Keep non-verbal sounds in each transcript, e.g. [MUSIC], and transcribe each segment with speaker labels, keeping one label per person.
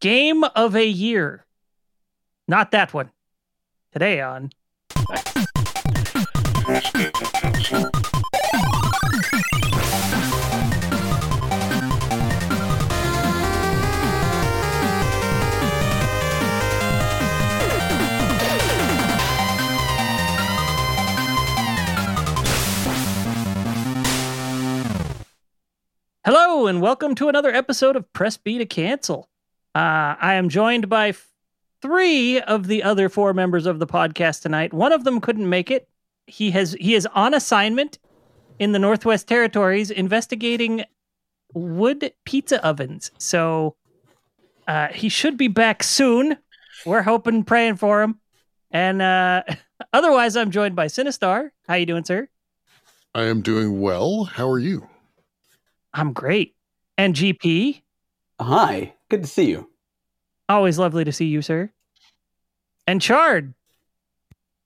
Speaker 1: Game of a year. Not that one. Today on. Hello, and welcome to another episode of Press B to Cancel. Uh, I am joined by f- three of the other four members of the podcast tonight. One of them couldn't make it. He has he is on assignment in the Northwest Territories investigating wood pizza ovens. So uh, he should be back soon. We're hoping, praying for him. And uh, [LAUGHS] otherwise, I'm joined by Sinistar. How you doing, sir?
Speaker 2: I am doing well. How are you?
Speaker 1: I'm great. And GP,
Speaker 3: Hi, good to see you.
Speaker 1: always lovely to see you, sir. And Chard,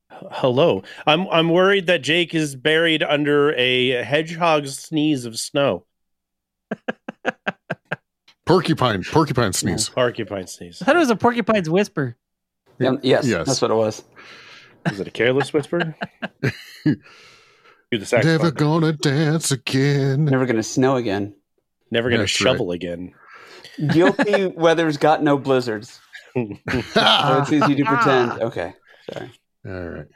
Speaker 4: Hello. I'm I'm worried that Jake is buried under a hedgehog's sneeze of snow.
Speaker 2: Porcupine, porcupine sneeze.
Speaker 4: Porcupine sneeze.
Speaker 1: I thought it was a porcupine's whisper.
Speaker 2: Yeah,
Speaker 3: Um, yes,
Speaker 2: yes.
Speaker 3: that's what it was.
Speaker 4: [LAUGHS] Is it a careless [LAUGHS] whisper? Do the saxophone.
Speaker 2: Never
Speaker 4: Never,
Speaker 2: gonna dance again. [LAUGHS]
Speaker 3: Never gonna snow again.
Speaker 4: gonna
Speaker 2: That's
Speaker 4: shovel again.
Speaker 2: [LAUGHS]
Speaker 3: Yopi weather's got no blizzards, so
Speaker 2: All
Speaker 3: it's easy to pretend. Okay, sorry.
Speaker 2: right.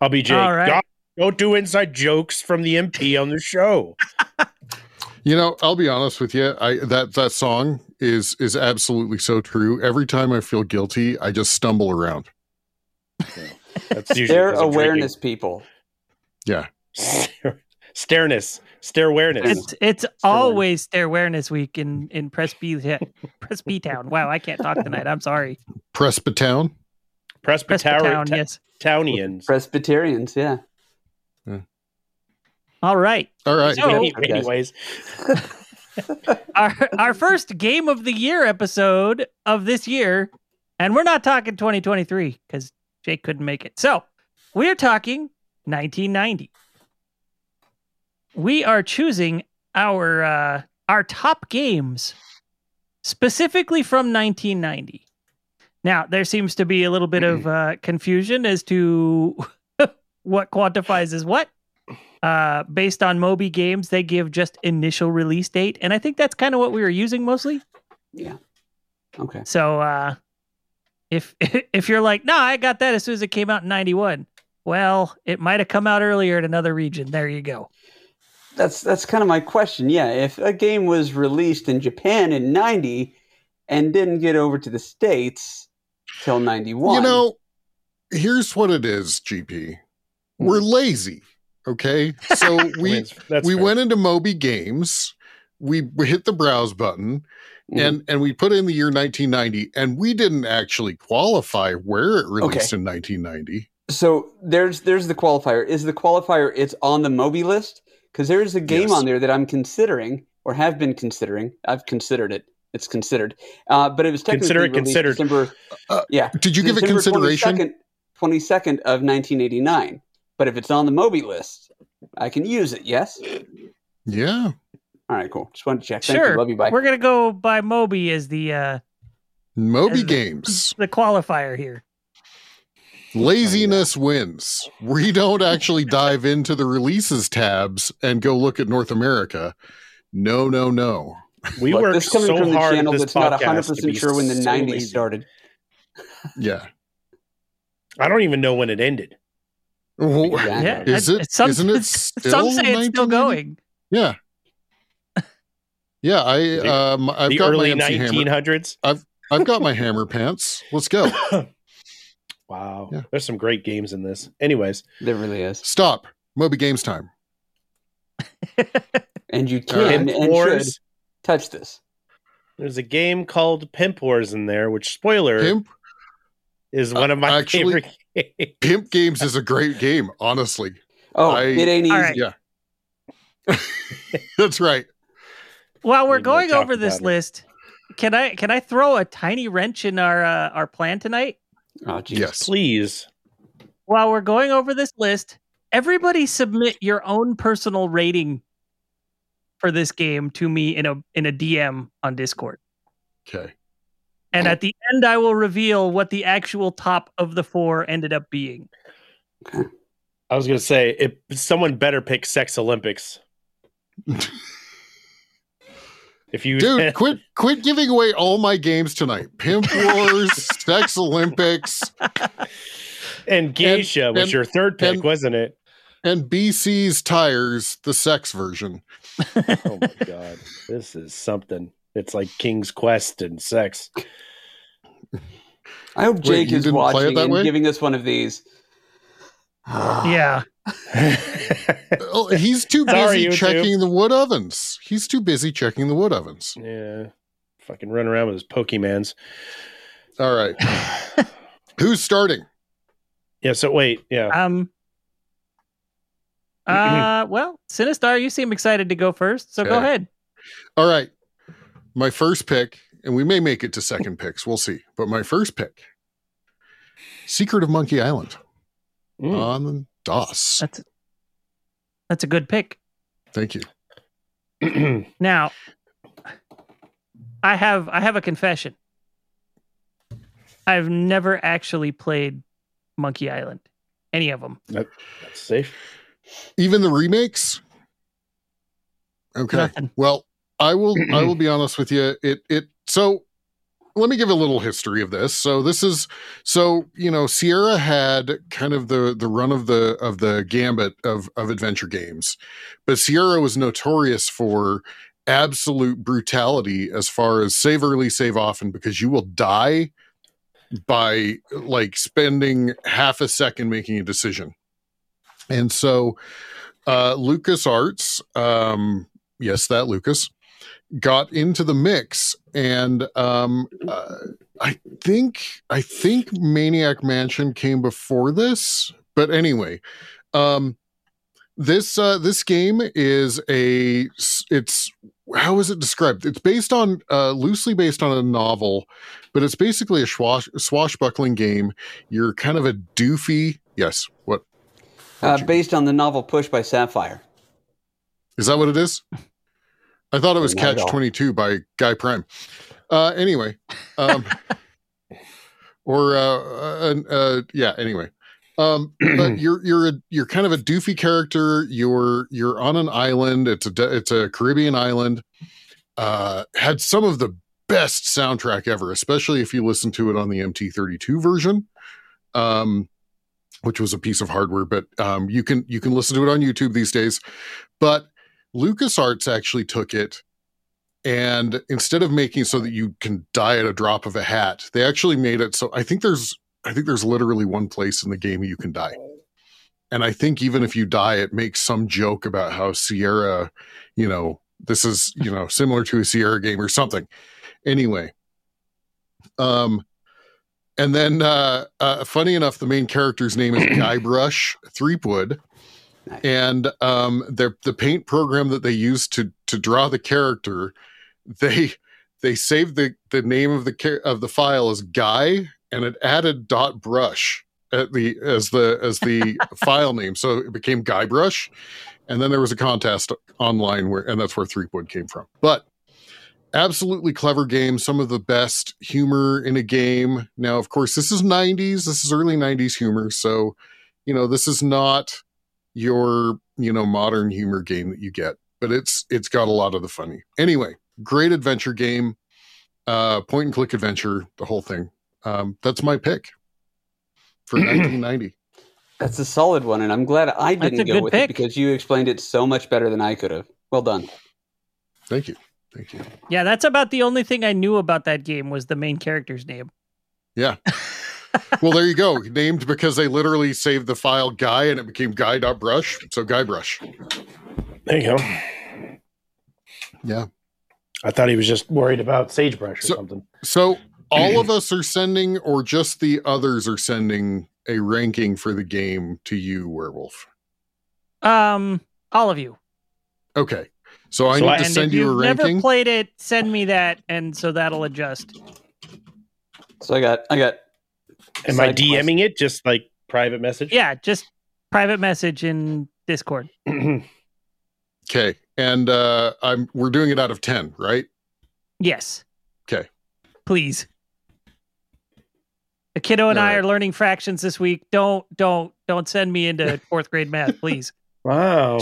Speaker 4: I'll be Jake.
Speaker 1: All right.
Speaker 4: God, don't do inside jokes from the MP on the show.
Speaker 2: You know, I'll be honest with you. I that that song is is absolutely so true. Every time I feel guilty, I just stumble around.
Speaker 4: That's usually
Speaker 3: They're
Speaker 4: 'cause I'm
Speaker 3: awareness people.
Speaker 4: drinking. Stareness. Starewareness.
Speaker 1: It's it's
Speaker 3: Stair
Speaker 1: always Stair Awareness Week in in Press B [LAUGHS] Press B Town. Wow, I can't talk tonight. I'm sorry.
Speaker 2: Presbytown.
Speaker 1: Press B Town.
Speaker 4: Presbyterian.
Speaker 1: Yes.
Speaker 4: Townians.
Speaker 3: Presbyterians, yeah.
Speaker 1: All right.
Speaker 2: All right.
Speaker 1: So-
Speaker 4: Any- anyways,
Speaker 1: Our our first game of the year episode of this year, and we're not talking 2023 because Jake couldn't make it. So we're talking 1990. We are choosing our uh, our top games specifically from 1990. Now there seems to be a little bit of uh, confusion as to [LAUGHS] what quantifies as what uh, based on Moby Games, they give just initial release date, and I think that's kind of what we were using mostly.
Speaker 3: Okay.
Speaker 1: So uh, if [LAUGHS] if you're like, no, I got that as soon as it came out in '91, well, it might have come out earlier in another region. There you go.
Speaker 3: That's that's kind of my question. Yeah, if a game was released in Japan in '90 and didn't get over to the states till '91,
Speaker 2: You know, here's what it is, GP. We're lazy. Okay. So we
Speaker 4: that's- that's
Speaker 2: we
Speaker 4: fair.
Speaker 2: went into Moby Games. We, we hit the browse button
Speaker 3: Mhm.
Speaker 2: and and we put in the year 1990 and we didn't actually qualify where it released in 1990.
Speaker 3: So there's there's the qualifier. Is the qualifier it's on the Moby list? Because there is a game
Speaker 2: Yes.
Speaker 3: on there that I'm considering or have been considering. I've considered it. It's considered, uh, but it was technically
Speaker 4: Consider it
Speaker 3: released
Speaker 4: considered.
Speaker 3: December.
Speaker 2: Uh,
Speaker 3: yeah,
Speaker 2: Did you give it consideration?
Speaker 3: Twenty second of 1989. But if it's on the Moby list, I can use it. Yes.
Speaker 2: Yeah.
Speaker 3: All right. Cool. Just wanted to check. Thank
Speaker 1: sure,
Speaker 3: You. Love you. Bye.
Speaker 1: we're gonna go by Moby as the uh,
Speaker 2: Moby
Speaker 1: And- [LAUGHS]
Speaker 2: Games.
Speaker 1: the qualifier here.
Speaker 2: Laziness wins. We don't actually dive into the releases tabs and go look at North America. No, no, no.
Speaker 4: we
Speaker 3: Look,
Speaker 4: worked
Speaker 3: this coming
Speaker 4: so
Speaker 3: from the
Speaker 4: hard.
Speaker 3: channel
Speaker 4: this
Speaker 3: that's not
Speaker 4: podcast to
Speaker 3: 100
Speaker 4: be
Speaker 3: percent sure when the
Speaker 4: so
Speaker 3: 90s
Speaker 4: lazy.
Speaker 3: started.
Speaker 2: Yeah.
Speaker 4: I don't even know when it ended.
Speaker 2: Well,
Speaker 3: Exactly.
Speaker 1: Yeah,
Speaker 2: Is
Speaker 1: I-
Speaker 2: it-
Speaker 1: Some,
Speaker 2: isn't it
Speaker 1: some
Speaker 2: still
Speaker 1: say it's still
Speaker 2: 1990?
Speaker 1: going.
Speaker 2: Yeah. Yeah, I
Speaker 4: The-
Speaker 2: um I've
Speaker 4: the
Speaker 2: got my
Speaker 4: early
Speaker 2: MC hammer.
Speaker 4: 1900s.
Speaker 2: I've got my hammer pants. Let's go.
Speaker 4: [COUGHS] Wow.
Speaker 2: Oh. Yeah.
Speaker 4: There's some great games in this. Anyways,
Speaker 3: There really is.
Speaker 2: Stop. Moby Games time.
Speaker 3: And you
Speaker 2: right.
Speaker 3: can
Speaker 4: Pimp
Speaker 3: and should
Speaker 4: Wars.
Speaker 3: touch this.
Speaker 4: There's a game called Pimp Wars in there, which spoiler
Speaker 2: Pimp uh,
Speaker 4: is one of my
Speaker 2: actually-
Speaker 4: favorite
Speaker 2: [LAUGHS]
Speaker 4: games.
Speaker 2: Pimp Games is a great game, honestly. [LAUGHS]
Speaker 3: Oh,
Speaker 2: I-
Speaker 3: it ain't easy.
Speaker 1: All right.
Speaker 2: That's right.
Speaker 1: [LAUGHS] While we're
Speaker 4: Maybe we'll
Speaker 1: going
Speaker 4: talk
Speaker 1: over this
Speaker 4: about it.
Speaker 1: list, can I can I throw a tiny wrench in our uh, our plan tonight?
Speaker 3: Oh, geez.
Speaker 2: Yes.
Speaker 4: Please.
Speaker 1: while we're going over this list, everybody submit your own personal rating for this game to me in a in a DM on Discord.
Speaker 2: Okay.
Speaker 1: And at the end, I will reveal what the actual top of the four ended up being.
Speaker 4: I was gonna say, it, someone better pick Sex Olympics. if you [LAUGHS]
Speaker 2: Dude, quit quit giving away all my games tonight. Pimp
Speaker 4: [LAUGHS]
Speaker 2: Wars, Sex Olympics,
Speaker 4: and Geisha was
Speaker 2: and-
Speaker 4: your third pick,
Speaker 2: and-
Speaker 4: wasn't it?
Speaker 2: and BC's Tires, the sex version.
Speaker 4: Oh my god, this is something. It's like King's Quest and sex.
Speaker 3: I hope Jake
Speaker 2: you
Speaker 3: is
Speaker 2: didn't play it
Speaker 3: watching
Speaker 2: that
Speaker 3: and
Speaker 2: way?
Speaker 3: giving us one of these. [SIGHS]
Speaker 1: Yeah.
Speaker 2: Oh, he's too busy
Speaker 4: Sorry, you two.
Speaker 2: checking the wood ovens. He's too busy checking the wood ovens.
Speaker 4: yeah, fucking run around with his Pokemans.
Speaker 2: All
Speaker 4: [LAUGHS]
Speaker 2: right. Who's starting?
Speaker 4: Yeah. So wait, yeah.
Speaker 1: Um. Uh, well, Sinistar, you seem excited to go first, so go
Speaker 2: Okay.
Speaker 1: ahead.
Speaker 2: All right. My first pick, and we may make it to second picks. We'll see. But my first pick Secret of Monkey Island
Speaker 4: Mm.
Speaker 2: on the DOS.
Speaker 1: That's that's a good pick.
Speaker 2: Thank you.
Speaker 4: Mm. [CLEARS THROAT]
Speaker 1: Now, I have I have a confession. I've never actually played Monkey Island, any of them.
Speaker 4: That's safe.
Speaker 2: Even the remakes? Okay.
Speaker 1: Nothing.
Speaker 2: Well, I will I will be honest with you. It it so let me give a little history of this. So this is so you know Sierra had kind of the the run of the of the gambit of of adventure games. But Sierra was notorious for absolute brutality as far as save early save often because you will die by like spending half a second making a decision. And so uh Lucas Arts um yes, that Lucas, got into the mix, and um, uh, I think I think Maniac Mansion came before this, but anyway, um, this uh, this game is a it's how is it described? It's based on uh, loosely based on a novel, but it's basically a swash, swashbuckling game. You're kind of a doofy. Yes, what
Speaker 3: Uh, based on the novel Push by Sapphire.
Speaker 2: Is that what it is? I thought it was
Speaker 3: Not at
Speaker 2: Catch
Speaker 3: all.
Speaker 2: 22 by Guy Prime. Uh, anyway,
Speaker 3: [LAUGHS]
Speaker 2: um, or uh, uh, uh, yeah, anyway. Um,
Speaker 3: [CLEARS THROAT]
Speaker 2: but you're you're a, you're kind of a doofy character. You're you're on an island. It's a de- it's a Caribbean island. Uh, had some of the best soundtrack ever, especially if you listen to it on the MT32 version. Um, which was a piece of hardware, but um, you can you can listen to it on YouTube these days. But LucasArts actually took it and instead of making so that you can die at a drop of a hat, they actually made it so I think there's I think there's literally one place in the game you can die. And I think even if you die, it makes some joke about how Sierra, you know, this is, you know, similar to a Sierra game or something. Anyway. Um and then uh, uh funny enough, the main character's name is Guybrush Threepwood
Speaker 3: Nice.
Speaker 2: and um the the paint program that they used to to draw the character they they saved the the name of the char- of the file as guy and it added dot brush at the as the as the file name so it became guy brush and then there was a contest online where and that's where threepwood came from but absolutely clever game some of the best humor in a game now of course this is 90s this is early 90s humor so you know this is not your you know modern humor game that you get but it's it's got a lot of the funny anyway great adventure game uh point and click adventure the whole thing um that's my pick
Speaker 1: [CLEARS THROAT]
Speaker 2: for 1990
Speaker 3: That's a solid one, and I'm glad I
Speaker 1: That's a
Speaker 3: didn't go
Speaker 1: good
Speaker 3: with
Speaker 1: pick.
Speaker 3: it because you explained it so much better than I could have. Well done.
Speaker 2: thank you thank you
Speaker 1: Yeah, that's about the only thing I knew about that game was the main character's name.
Speaker 2: yeah well there you go [LAUGHS] named because they literally saved the file guy and it became guy dot brush so guy brush
Speaker 4: There you go.
Speaker 2: yeah
Speaker 4: I thought he was just worried about sagebrush or
Speaker 2: So-
Speaker 4: something.
Speaker 2: so all of us are sending or just the others are sending a ranking for the game to you werewolf
Speaker 1: Um, all of you.
Speaker 2: Okay. So I
Speaker 4: So
Speaker 2: need to
Speaker 4: I-
Speaker 1: and if
Speaker 2: send you a
Speaker 1: you've never
Speaker 2: ranking.
Speaker 1: played it, send me that, and so that'll adjust.
Speaker 3: So I got I got
Speaker 4: Am I
Speaker 3: Side quest.
Speaker 4: DMing it just like private message?
Speaker 1: Yeah, just private message in Discord.
Speaker 2: okay. And uh I'm we're doing it out of 10, right?
Speaker 1: Yes.
Speaker 2: Okay.
Speaker 1: Please. The kiddo and I
Speaker 2: Alright.
Speaker 1: are learning fractions this week. Don't don't don't send me
Speaker 2: [LAUGHS]
Speaker 1: into fourth grade math, please.
Speaker 4: [CLEARS THROAT] Wow.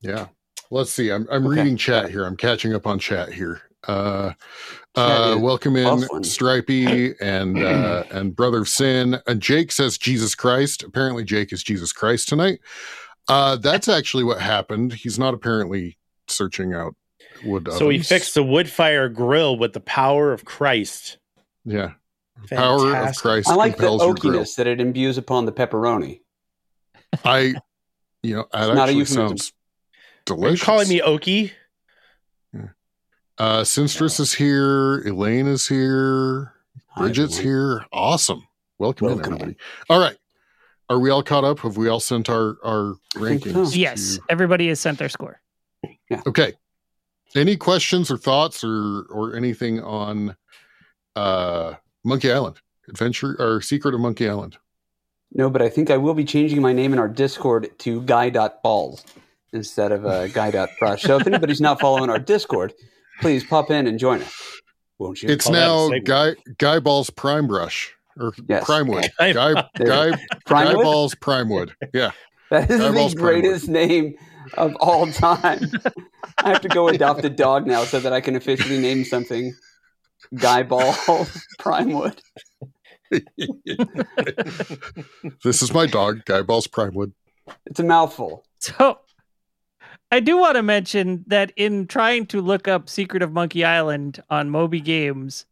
Speaker 2: Yeah. Let's see. I'm I'm
Speaker 3: Okay.
Speaker 2: reading chat here. I'm catching up on chat here. Uh uh
Speaker 3: is
Speaker 2: welcome in
Speaker 3: tough one.
Speaker 2: Stripey and
Speaker 3: [CLEARS THROAT]
Speaker 2: uh and Brother of Sin. And Jake says Jesus Christ. Apparently Jake is Jesus Christ tonight. Uh that's actually what happened. He's not apparently searching out wood
Speaker 4: So he
Speaker 2: ovens.
Speaker 4: fixed the wood fire grill with the power of Christ.
Speaker 2: Yeah. Power of
Speaker 4: Fantastic.
Speaker 2: Christ
Speaker 3: I like the
Speaker 2: compels your grill.
Speaker 3: oakiness that it imbues upon the pepperoni.
Speaker 2: I you know, that
Speaker 3: It's not a
Speaker 2: actually
Speaker 3: euphemism.
Speaker 2: sounds
Speaker 4: Are you
Speaker 2: delicious.
Speaker 4: calling me Okie?
Speaker 2: uh Sinstress is here, Elaine is here.
Speaker 3: Hi,
Speaker 2: Bridget's
Speaker 3: everyone.
Speaker 2: here. Awesome. Welcome, in,
Speaker 3: Welcome
Speaker 2: everybody. All right. Are we all caught up? Have we all sent our, our
Speaker 3: I think
Speaker 2: rankings?
Speaker 3: so.
Speaker 1: Yes,
Speaker 2: to-
Speaker 1: everybody has sent their score.
Speaker 2: Okay. Any questions or thoughts or or anything on uh Monkey Island? Adventure or Secret of Monkey Island.
Speaker 3: No, but I think I will be changing my name in our Discord to guy.balls instead
Speaker 2: [LAUGHS]
Speaker 3: of uh, guy.brush. So if anybody's not following our Discord, please pop in and join us. Won't you?
Speaker 2: It's
Speaker 4: call that a
Speaker 2: now
Speaker 4: segment.
Speaker 2: Guy Guy Ball's Prime Brush or
Speaker 3: Yes.
Speaker 2: Primewood.
Speaker 4: Guy-
Speaker 2: Guy
Speaker 3: There
Speaker 2: Guy Guy
Speaker 3: Primewood?
Speaker 2: Ball's Primewood. Yeah.
Speaker 3: [LAUGHS] That is
Speaker 2: Guy Balls
Speaker 3: the greatest name of
Speaker 1: [LAUGHS]
Speaker 3: all time. I have to go adopt a dog now so that I can officially name something Guy Balls [LAUGHS] Primewood.
Speaker 2: this is my dog, Guy Ball's Primewood. [LAUGHS]
Speaker 3: It's a mouthful.
Speaker 1: So I do want to mention that in trying to look up Secret of Monkey Island on Moby Games,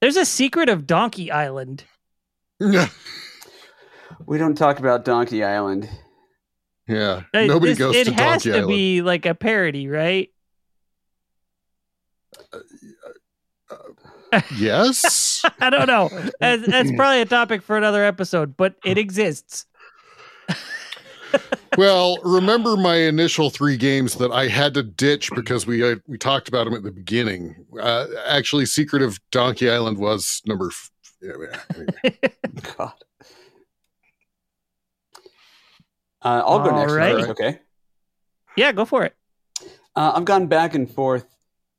Speaker 1: there's a Secret of Donkey Island.
Speaker 2: Yeah.
Speaker 3: We don't talk about Donkey Island.
Speaker 2: Yeah.
Speaker 1: Uh,
Speaker 2: Nobody
Speaker 1: this-
Speaker 2: goes
Speaker 1: it
Speaker 2: to
Speaker 1: has
Speaker 2: Donkey
Speaker 1: to
Speaker 2: Island.
Speaker 1: be like a parody, right? [LAUGHS]
Speaker 2: [LAUGHS] Yes.
Speaker 1: I don't know. That's,
Speaker 2: [LAUGHS]
Speaker 1: that's probably a topic for another episode, but it exists.
Speaker 2: well, remember my initial three games that I had to ditch because we uh, we talked about them at the beginning. Uh, actually, Secret of Donkey Island was number. F- yeah, yeah,
Speaker 1: [LAUGHS]
Speaker 2: anyway.
Speaker 3: God. Uh, I'll go
Speaker 1: All
Speaker 3: next. if
Speaker 1: right.
Speaker 3: that's Okay.
Speaker 1: Yeah, go for it.
Speaker 3: Uh, I've gone back and forth.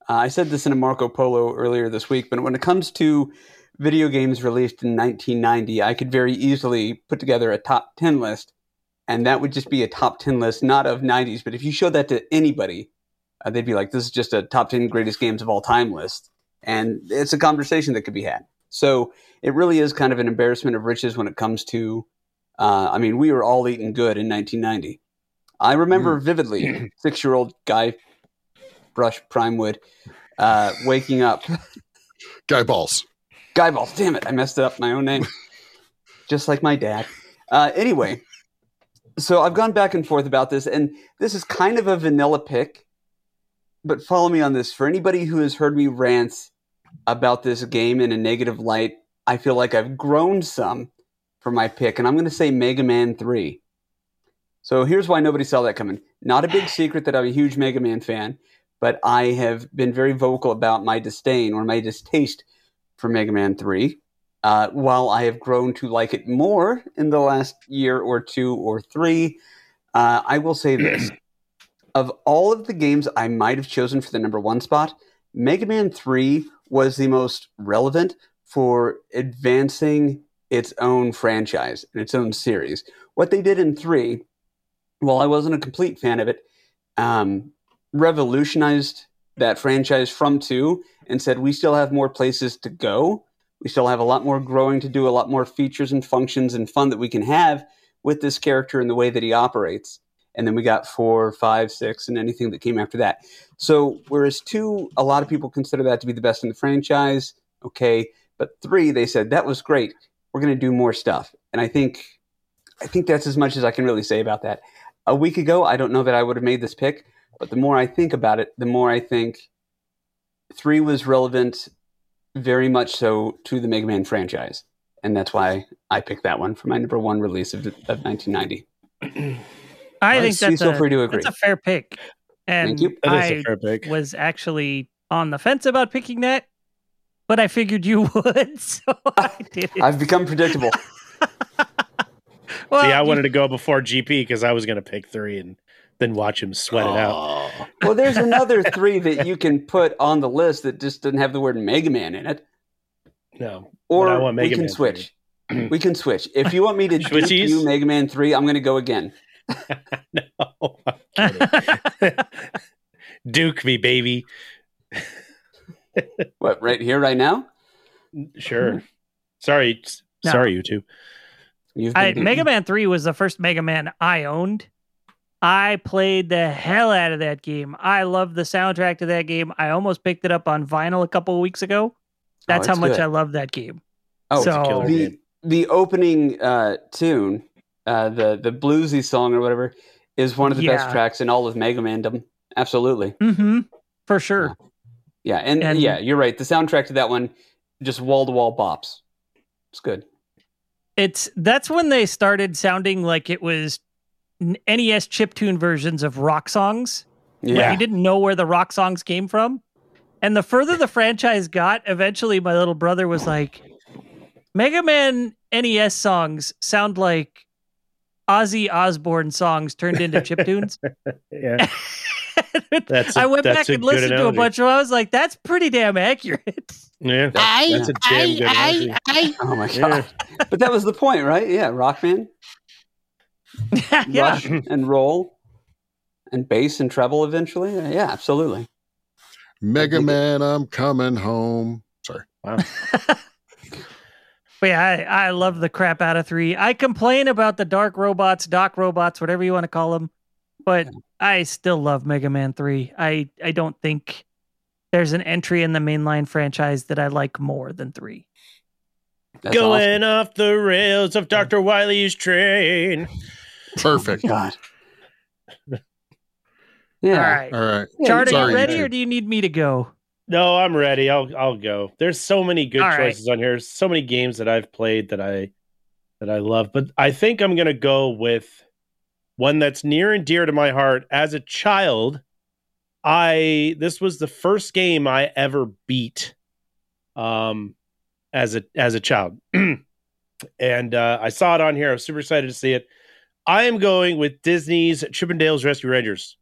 Speaker 3: Uh, I said this in a Marco Polo earlier this week, but when it comes to video games released in 1990, I could very easily put together a top 10 list, and that would just be a top 10 list, not of 90s, but if you showed that to anybody, uh, they'd be like, this is just a top 10 greatest games of all time list. And it's a conversation that could be had. So it really is kind of an embarrassment of riches when it comes to, uh, I mean, we were all eating good in 1990. I remember vividly six year old guy, Brush Primewood, uh, waking up
Speaker 2: Guy Balls.
Speaker 3: Guy Balls. [LAUGHS] Damn it, I messed up my own name, just like my dad. Uh, anyway, so I've gone back and forth about this, and this is kind of a vanilla pick, but follow me on this. For anybody who has heard me rant about this game in a negative light, I feel like I've grown some for my pick, and I'm going to say Mega Man 3. So here's why nobody saw that coming. Not a big secret that I'm a huge Mega Man fan, but I have been very vocal about my disdain or my distaste for Mega Man 3. Uh, while I have grown to like it more in the last year or two or three, uh, I will say this. of all of the games I might have chosen for the number one spot, Mega Man 3 was the most relevant for advancing its own franchise and its own series. What they did in 3, while I wasn't a complete fan of it, um, revolutionized that franchise from 2 and said, We still have more places to go. We still have a lot more growing to do, a lot more features and functions and fun that we can have with this character and the way that he operates. And then we got four, five, six, and anything that came after that. So, whereas two, a lot of people consider that to be the best in the franchise. Okay. But three, they said, That was great. We're going to do more stuff. And I think. I think that's as much as I can really say about that. A week ago, I don't know that I would have made this pick, but the more I think about it, the more I think three was relevant very much so to the Mega Man franchise. And that's why I picked that one for my number one release of, of 1990.
Speaker 1: I
Speaker 3: Uh,
Speaker 1: think
Speaker 3: so you
Speaker 1: that's
Speaker 3: feel
Speaker 1: a,
Speaker 3: free to agree.
Speaker 1: that's a fair pick. And
Speaker 3: Thank you.
Speaker 4: That is
Speaker 1: I
Speaker 4: a fair pick.
Speaker 1: was actually on the fence about picking that, but I figured you [LAUGHS] would,
Speaker 3: [LAUGHS]
Speaker 1: so I did it.
Speaker 3: I've become
Speaker 4: [LAUGHS]
Speaker 3: predictable.
Speaker 1: well,
Speaker 4: See, I
Speaker 1: you- [LAUGHS]
Speaker 4: wanted to go before GP because I was going to pick three, and then watch him sweat it out.
Speaker 2: Aw.
Speaker 3: Well, there's another three that you can put on the list that just doesn't have the word Mega Man in it.
Speaker 4: No,
Speaker 3: Or
Speaker 4: But I want
Speaker 3: we
Speaker 4: Mega
Speaker 3: can
Speaker 4: Man
Speaker 3: switch. we can switch. If you want me to
Speaker 4: [LAUGHS] Switchies?
Speaker 3: dupe you Mega Man three, I'm going to go again.
Speaker 4: no, [LAUGHS] I'm kidding. [LAUGHS] Duke me, baby.
Speaker 3: What? Right here, right now.
Speaker 4: Sure. Sorry, s-
Speaker 1: Mm-hmm. No.
Speaker 4: sorry, you two.
Speaker 3: You've
Speaker 1: I,
Speaker 3: been
Speaker 1: Mega
Speaker 3: duped.
Speaker 1: Man 3 was the first Mega Man I owned. I played the hell out of that game. I loved the soundtrack to that game. I almost picked it up on vinyl a couple of weeks ago. That's
Speaker 3: it's
Speaker 1: how much
Speaker 3: Oh, good.
Speaker 1: I love that game.
Speaker 3: Oh,
Speaker 1: so
Speaker 4: it's a killer game.
Speaker 3: the the opening uh, tune, uh, the the bluesy song or whatever, is one of the best
Speaker 1: Yeah.
Speaker 3: tracks in all of Mega Mandom. Absolutely,
Speaker 1: hmm for sure.
Speaker 3: yeah, and,
Speaker 1: And-
Speaker 3: yeah, you're right. The soundtrack to that one, just wall to wall bops. It's good.
Speaker 1: It's that's when they started sounding like it was n- NES chiptune versions of rock songs.
Speaker 3: Yeah,
Speaker 1: Like you didn't know where the rock songs came from. And the further the franchise got, eventually my little brother was like, Mega Man NES songs sound like Ozzy Osbourne songs turned
Speaker 4: [LAUGHS]
Speaker 1: into chiptunes. [LAUGHS]
Speaker 4: Yeah, That's a-
Speaker 1: I went
Speaker 4: that's
Speaker 1: back
Speaker 4: a
Speaker 1: and
Speaker 4: good
Speaker 1: listened to a
Speaker 4: analogy.
Speaker 1: bunch of them. I was like, that's pretty damn accurate. [LAUGHS]
Speaker 4: yeah.
Speaker 3: That's-
Speaker 4: That's a damn good analogy.
Speaker 3: [LAUGHS] Oh my
Speaker 4: Yeah.
Speaker 1: [LAUGHS]
Speaker 3: god! but that was the point, right? Yeah, Rockman,
Speaker 1: yeah.
Speaker 3: rush and roll, and bass and treble eventually. Yeah, absolutely.
Speaker 2: Mega
Speaker 3: think it-
Speaker 2: Man, I'm coming home.
Speaker 1: But yeah, I, I love the crap out of three. I complain about the dark robots, doc robots, whatever you want to call them, but I still love Mega Man three. I I don't think there's an entry in the mainline franchise that I like more than three.
Speaker 3: That's
Speaker 4: Going off the rails of Doctor Wily's train.
Speaker 1: [LAUGHS]
Speaker 2: Perfect.
Speaker 3: awesome. God. Yeah.
Speaker 1: All right,
Speaker 2: All right.
Speaker 3: Yeah,
Speaker 1: Chart, are
Speaker 2: sorry,
Speaker 1: you ready,
Speaker 2: YouTube.
Speaker 1: or do you need me to go?
Speaker 4: No, I'm ready. I'll I'll go. There's so many good
Speaker 1: All right.
Speaker 4: choices on here. So many games that I've played that I that I love, but I think I'm going to go with one that's near and dear to my heart as a child. I this was the first game I ever beat um as a as a child. [CLEARS THROAT] and uh I saw it on here. I was super excited to see it. I am going with Disney's Chippendales Rescue Rangers.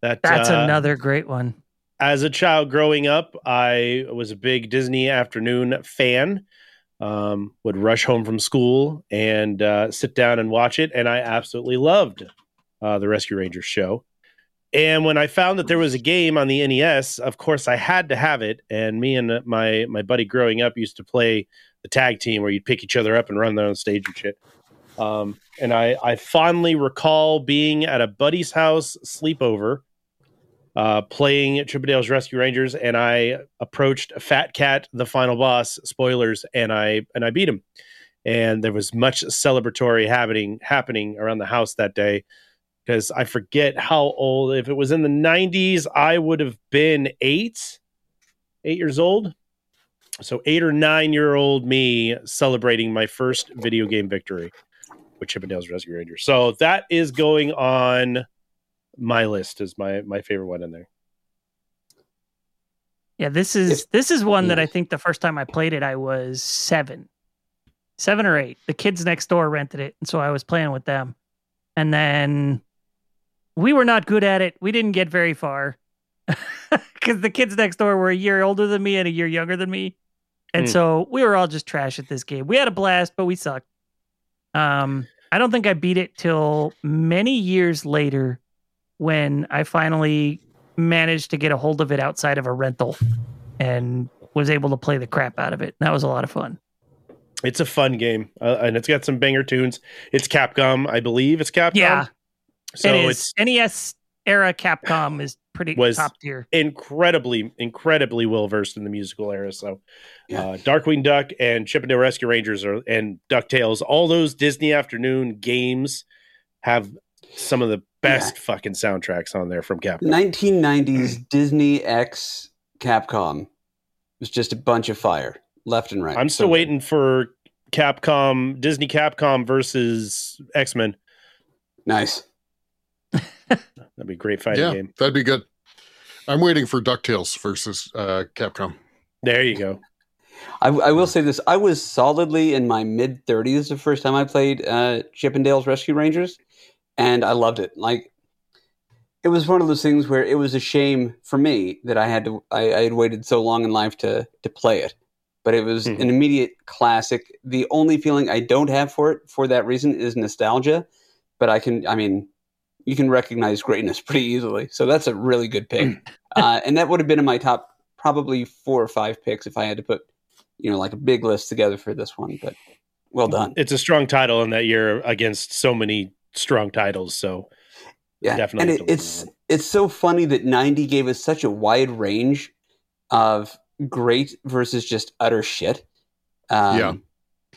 Speaker 4: That
Speaker 1: That's
Speaker 4: uh,
Speaker 1: another great one.
Speaker 4: as a child growing up, I was a big Disney afternoon fan. Um, would rush home from school and uh, sit down and watch it, and I absolutely loved uh, the Rescue Rangers show. And when I found that there was a game on the NES, of course I had to have it. And me and my my buddy growing up used to play the tag team where you'd pick each other up and run down the stage and shit. Um, and I I fondly recall being at a buddy's house sleepover uh, playing Chippendales Rescue Rangers, and I approached Fat Cat, the final boss. Spoilers, and I and I beat him. And there was much celebratory happening happening around the house that day because I forget how old. If it was in the '90s, I would have been eight, eight years old. So eight or nine year old me celebrating my first video game victory with Chippendales Rescue Rangers. So that is going on my list is my my favorite one in there.
Speaker 1: Yeah, this is this is one that
Speaker 3: yeah.
Speaker 1: I think the first time I played it, I was seven, seven or eight. The kids next door rented it, and so I was playing with them. And then we were not good at it. We didn't get very far [LAUGHS] because the kids next door were a year older than me and a year younger than me, and
Speaker 4: Hmm.
Speaker 1: so we were all just trash at this game. We had a blast, but we sucked. Um, I don't think I beat it till many years later when I finally managed to get a hold of it outside of a rental and was able to play the crap out of it. That was a lot of fun.
Speaker 4: It's a fun game, uh, and it's got some banger tunes. It's Capcom, I believe. It's Capcom.
Speaker 1: Yeah,
Speaker 4: so
Speaker 1: it
Speaker 4: it's
Speaker 1: is. NES E era Capcom is pretty
Speaker 4: Was-
Speaker 1: top tier.
Speaker 4: incredibly, incredibly well versed in the musical era. So,
Speaker 3: Yeah.
Speaker 4: uh, Darkwing Duck and Chippendale Rescue Rangers are, and Ducktales, all those Disney afternoon games have some of the best fucking soundtracks on there from Capcom. [CLEARS THROAT]
Speaker 3: 1990s Disney X Capcom was just a bunch of fire left and right.
Speaker 4: I'm still
Speaker 3: So-
Speaker 4: waiting for Capcom, Disney Capcom versus X Men.
Speaker 3: Nice.
Speaker 4: That'd be a great fighting
Speaker 2: yeah,
Speaker 4: game.
Speaker 2: that'd be good. I'm waiting for DuckTales versus uh, Capcom.
Speaker 4: There you go.
Speaker 3: I, I will say this: I was solidly in my mid 30s the first time I played uh, Chippendales Rescue Rangers, and I loved it. Like it was one of those things where it was a shame for me that I had to I, I had waited so long in life to to play it. But it was
Speaker 4: Mhm.
Speaker 3: an immediate classic. The only feeling I don't have for it for that reason is nostalgia. But I can I mean you can recognize greatness [LAUGHS] pretty easily. So that's a really good pick. [LAUGHS] uh, and that would have been in my top probably four or five picks if I had to put, you know, like a big list together for this one. But well done.
Speaker 4: It's a strong title in that year against so many strong titles. So
Speaker 3: yeah
Speaker 4: definitely
Speaker 3: and
Speaker 4: delivering
Speaker 3: it, it's
Speaker 4: on
Speaker 3: it's so funny that 90 gave us such a wide range of great versus just utter shit um,
Speaker 2: Yeah.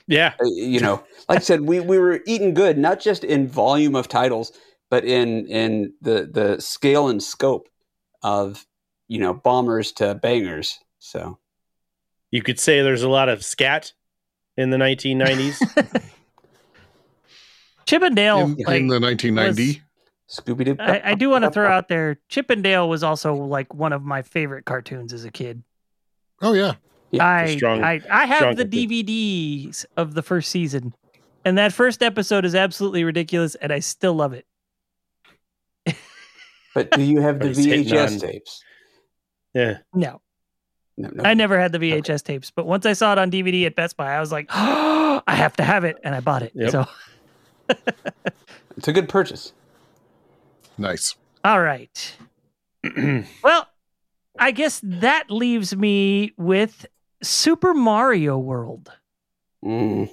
Speaker 4: yeah,
Speaker 3: uh,
Speaker 2: [LAUGHS]
Speaker 3: you know like i said we, we were eating good not just in volume of titles but in in the the scale and scope of you know bombers to bangers so
Speaker 4: you could say there's a lot of scat in the 1990s.
Speaker 1: Chippendale,
Speaker 2: in,
Speaker 1: like
Speaker 2: in the 1990.
Speaker 3: scooby-doo
Speaker 1: I, I do want to throw out there, Chippendale was also like one of my favorite cartoons as a kid.
Speaker 2: Oh yeah,
Speaker 3: Yeah,
Speaker 4: it's
Speaker 1: I,
Speaker 4: a strong-
Speaker 1: I I have
Speaker 4: strong
Speaker 1: the
Speaker 4: cartoon.
Speaker 1: DVDs of the first season, and that first episode is absolutely ridiculous, and I still love it.
Speaker 3: [LAUGHS] but do you have the
Speaker 4: Everybody's hitting
Speaker 3: vhs
Speaker 4: on-
Speaker 3: tapes
Speaker 4: yeah, [CLEARS THROAT]
Speaker 1: No,
Speaker 3: no, no.
Speaker 1: I never had the VHS tapes, but once I saw it on DVD at Best Buy, I was like, [GASPS] oh, I have to have it, and I bought it.
Speaker 4: Yep.
Speaker 1: So,
Speaker 3: it's a good purchase
Speaker 2: nice.
Speaker 1: all right. well, I guess that leaves me with Super Mario World.
Speaker 3: Mm.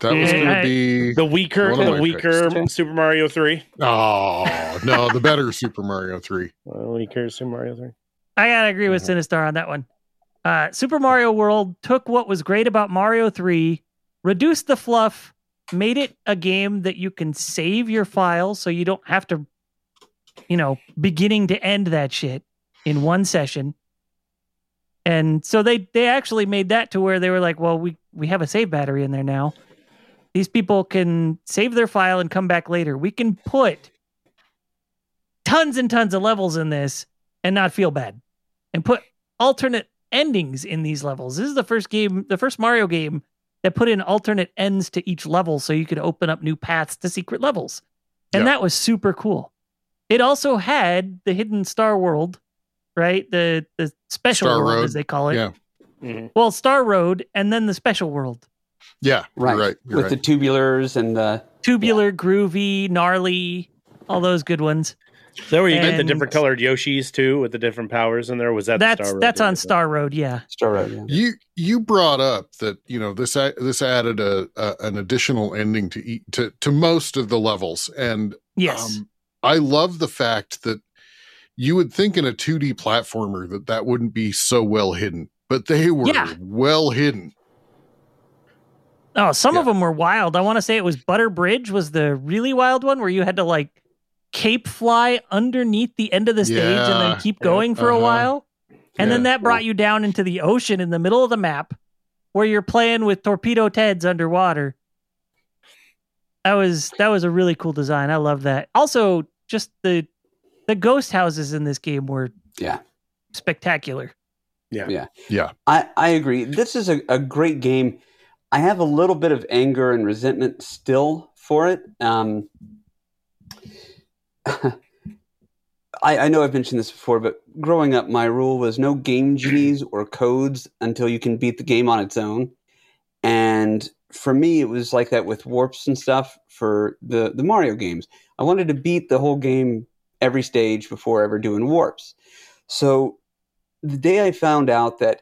Speaker 2: That was
Speaker 1: Yeah,
Speaker 2: going
Speaker 1: I-
Speaker 2: to be
Speaker 4: the weaker,
Speaker 2: One of
Speaker 4: the
Speaker 2: my
Speaker 4: weaker
Speaker 3: picks.
Speaker 4: Super Mario Three.
Speaker 2: oh no, the better Super Mario Three.
Speaker 4: Well, weaker Super Mario Three.
Speaker 1: I gotta agree with
Speaker 2: Mhm.
Speaker 1: Sinistar on that one. Uh, Super Mario World took what was great about Mario 3, reduced the fluff, made it a game that you can save your files so you don't have to, you know, beginning to end that shit in one session. And so they they actually made that to where they were like, well, we we have a save battery in there now. These people can save their file and come back later. We can put tons and tons of levels in this and not feel bad and put alternate endings in these levels. This is the first game, the first Mario game that put in alternate ends to each level so you could open up new paths to secret levels. And
Speaker 2: Yeah.
Speaker 1: that was super cool. It also had the hidden star world, right? The the special
Speaker 2: Star
Speaker 1: world
Speaker 2: Road,
Speaker 1: as they call it.
Speaker 2: yeah.
Speaker 4: Mm-hmm.
Speaker 1: Well, Star Road and then the special world.
Speaker 2: Yeah,
Speaker 3: right,
Speaker 2: right. You're right. You're
Speaker 3: with
Speaker 2: right.
Speaker 3: the tubulars and the
Speaker 1: Tubular, groovy, gnarly, all those good ones.
Speaker 4: There where you get the
Speaker 1: And-
Speaker 4: different colored Yoshis too, with the different powers in there. Was that the
Speaker 1: that's
Speaker 4: Star Road
Speaker 1: that's
Speaker 4: game?
Speaker 1: on Star Road, yeah.
Speaker 3: Star Road, yeah.
Speaker 2: you you brought up that you know this a- this added a, a an additional ending to eat to to most of the levels and
Speaker 1: Yes.
Speaker 2: um, I love the fact that you would think in a 2D platformer that that wouldn't be so well hidden, but they were
Speaker 1: Yeah.
Speaker 2: well hidden.
Speaker 1: Oh, some of
Speaker 2: Yeah.
Speaker 1: them were wild. I want to say it was Butter Bridge was the really wild one where you had to like cape fly underneath the end of the stage and
Speaker 2: Yeah.
Speaker 1: then keep going for a
Speaker 2: Uh-huh.
Speaker 1: while. And then
Speaker 2: Yeah.
Speaker 1: that brought you down into the ocean in the middle of the map where you're playing with torpedo Teds underwater. That was that was a really cool design. I love that. Also, just the the ghost houses in this game were
Speaker 3: Yeah.
Speaker 1: spectacular.
Speaker 3: I, I agree. This is a, a great game. I have a little bit of anger and resentment still for it. Um, [LAUGHS] I, I know I've mentioned this before, but growing up, my rule was no game genies or codes until you can beat the game on its own. And for me, it was like that with warps and stuff for the, the Mario games. I wanted to beat the whole game every stage before ever doing warps. So the day I found out that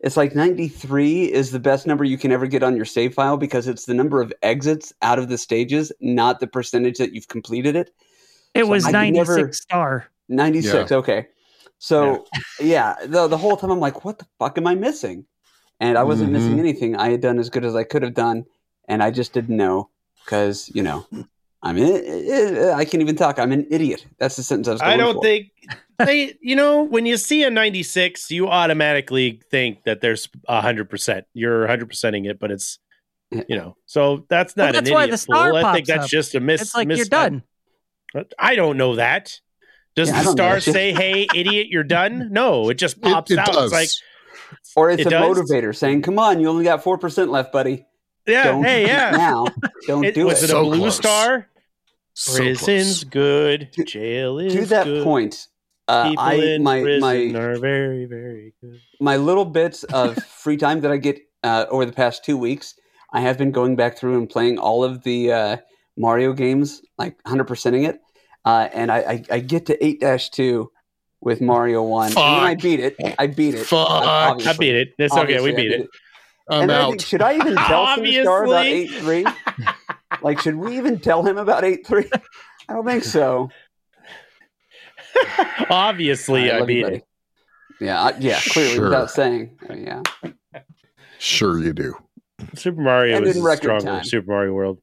Speaker 3: it's like 93 is the best number you can ever get on your save file because it's the number of exits out of the stages, not the percentage that you've completed it.
Speaker 1: It
Speaker 3: So
Speaker 1: was
Speaker 3: I could
Speaker 1: 96
Speaker 3: never-
Speaker 1: star.
Speaker 3: 96, okay. So, yeah, the, the whole time I'm like, what the fuck am I missing? And I wasn't
Speaker 2: Mhm.
Speaker 3: missing anything. I had done as good as I could have done, and I just didn't know because, you know, I'm in, I can't even talk. I'm an idiot. That's the sentence I was going
Speaker 4: I don't
Speaker 3: for. [LAUGHS]
Speaker 4: think they. You know, when you see a 96, you automatically think that there's 100. percent You're 100 percenting it, but it's you know. So that's
Speaker 1: Well,
Speaker 4: not.
Speaker 1: that's
Speaker 4: an
Speaker 1: why
Speaker 4: idiot
Speaker 1: the star
Speaker 4: fool. I
Speaker 1: pops
Speaker 4: think that's
Speaker 1: up.
Speaker 4: just a miss.
Speaker 1: It's like
Speaker 4: miss-
Speaker 1: you're done.
Speaker 4: I don't know that. Does
Speaker 3: Yeah, I
Speaker 4: the
Speaker 3: don't know
Speaker 4: star
Speaker 3: that shit.
Speaker 4: say, "Hey, idiot,
Speaker 3: [LAUGHS]
Speaker 4: you're done"? No, it just
Speaker 2: It,
Speaker 4: pops
Speaker 2: it
Speaker 4: out.
Speaker 2: does.
Speaker 4: It's like,
Speaker 3: Or it's
Speaker 4: It
Speaker 3: a
Speaker 4: does.
Speaker 3: motivator saying, come on, you only got 4% left, buddy.
Speaker 4: yeah,
Speaker 3: don't
Speaker 4: hey,
Speaker 3: do it
Speaker 4: yeah.
Speaker 3: now. Don't
Speaker 4: It-
Speaker 3: do
Speaker 4: was
Speaker 3: it.
Speaker 4: it, a
Speaker 2: So
Speaker 4: blue
Speaker 2: close.
Speaker 4: star?
Speaker 2: So
Speaker 4: Prison's
Speaker 2: close.
Speaker 4: good. Jail is
Speaker 3: to that
Speaker 4: good.
Speaker 3: point, uh,
Speaker 4: People
Speaker 3: I
Speaker 4: in
Speaker 3: my
Speaker 4: prison
Speaker 3: my
Speaker 4: are very very good.
Speaker 3: my little bits of free time that I get uh, over the past two weeks, I have been going back through and playing all of the uh, Mario games, like 100%ing it. Uh, and I, I, I get to 8 2 with Mario 1. And then I
Speaker 2: Fuck.
Speaker 3: beat it. I beat it.
Speaker 2: Fuck.
Speaker 3: Obviously.
Speaker 4: I beat it. That's okay.
Speaker 3: Obviously, I
Speaker 4: We beat it.
Speaker 2: I'm
Speaker 3: and then I think,
Speaker 2: out.
Speaker 3: should I
Speaker 4: [LAUGHS]
Speaker 3: even tell Superstar about 8
Speaker 4: Obviously.
Speaker 3: 3? like, should we even tell him about 8 3? I don't think so.
Speaker 4: Obviously,
Speaker 3: I
Speaker 4: I
Speaker 3: love you,
Speaker 4: beat
Speaker 3: buddy.
Speaker 4: it.
Speaker 3: Yeah, I, yeah, clearly
Speaker 2: Sure.
Speaker 3: without saying. I mean, yeah.
Speaker 2: Sure, you do.
Speaker 4: Super Mario
Speaker 3: And
Speaker 4: is
Speaker 3: in
Speaker 4: a
Speaker 3: record
Speaker 4: stronger
Speaker 3: time.
Speaker 4: Super Mario World.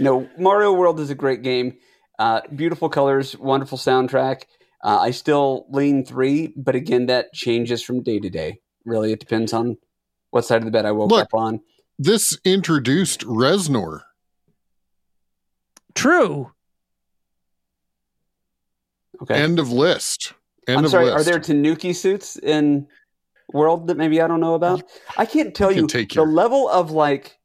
Speaker 3: no, Mario World is a great game. Uh, beautiful colors, wonderful soundtrack. Uh, I still lean three, but again, that changes from day to day. Really, it depends on what side of the bed I woke
Speaker 2: Look.
Speaker 3: up on.
Speaker 2: This introduced Resnor.
Speaker 1: True.
Speaker 3: Okay.
Speaker 2: End of list. End
Speaker 3: I'm
Speaker 2: of
Speaker 3: sorry.
Speaker 2: list.
Speaker 3: Are there Tanuki suits in World that maybe I don't know about? I can't tell
Speaker 2: can
Speaker 3: you
Speaker 2: take
Speaker 3: the
Speaker 2: your-
Speaker 3: level of like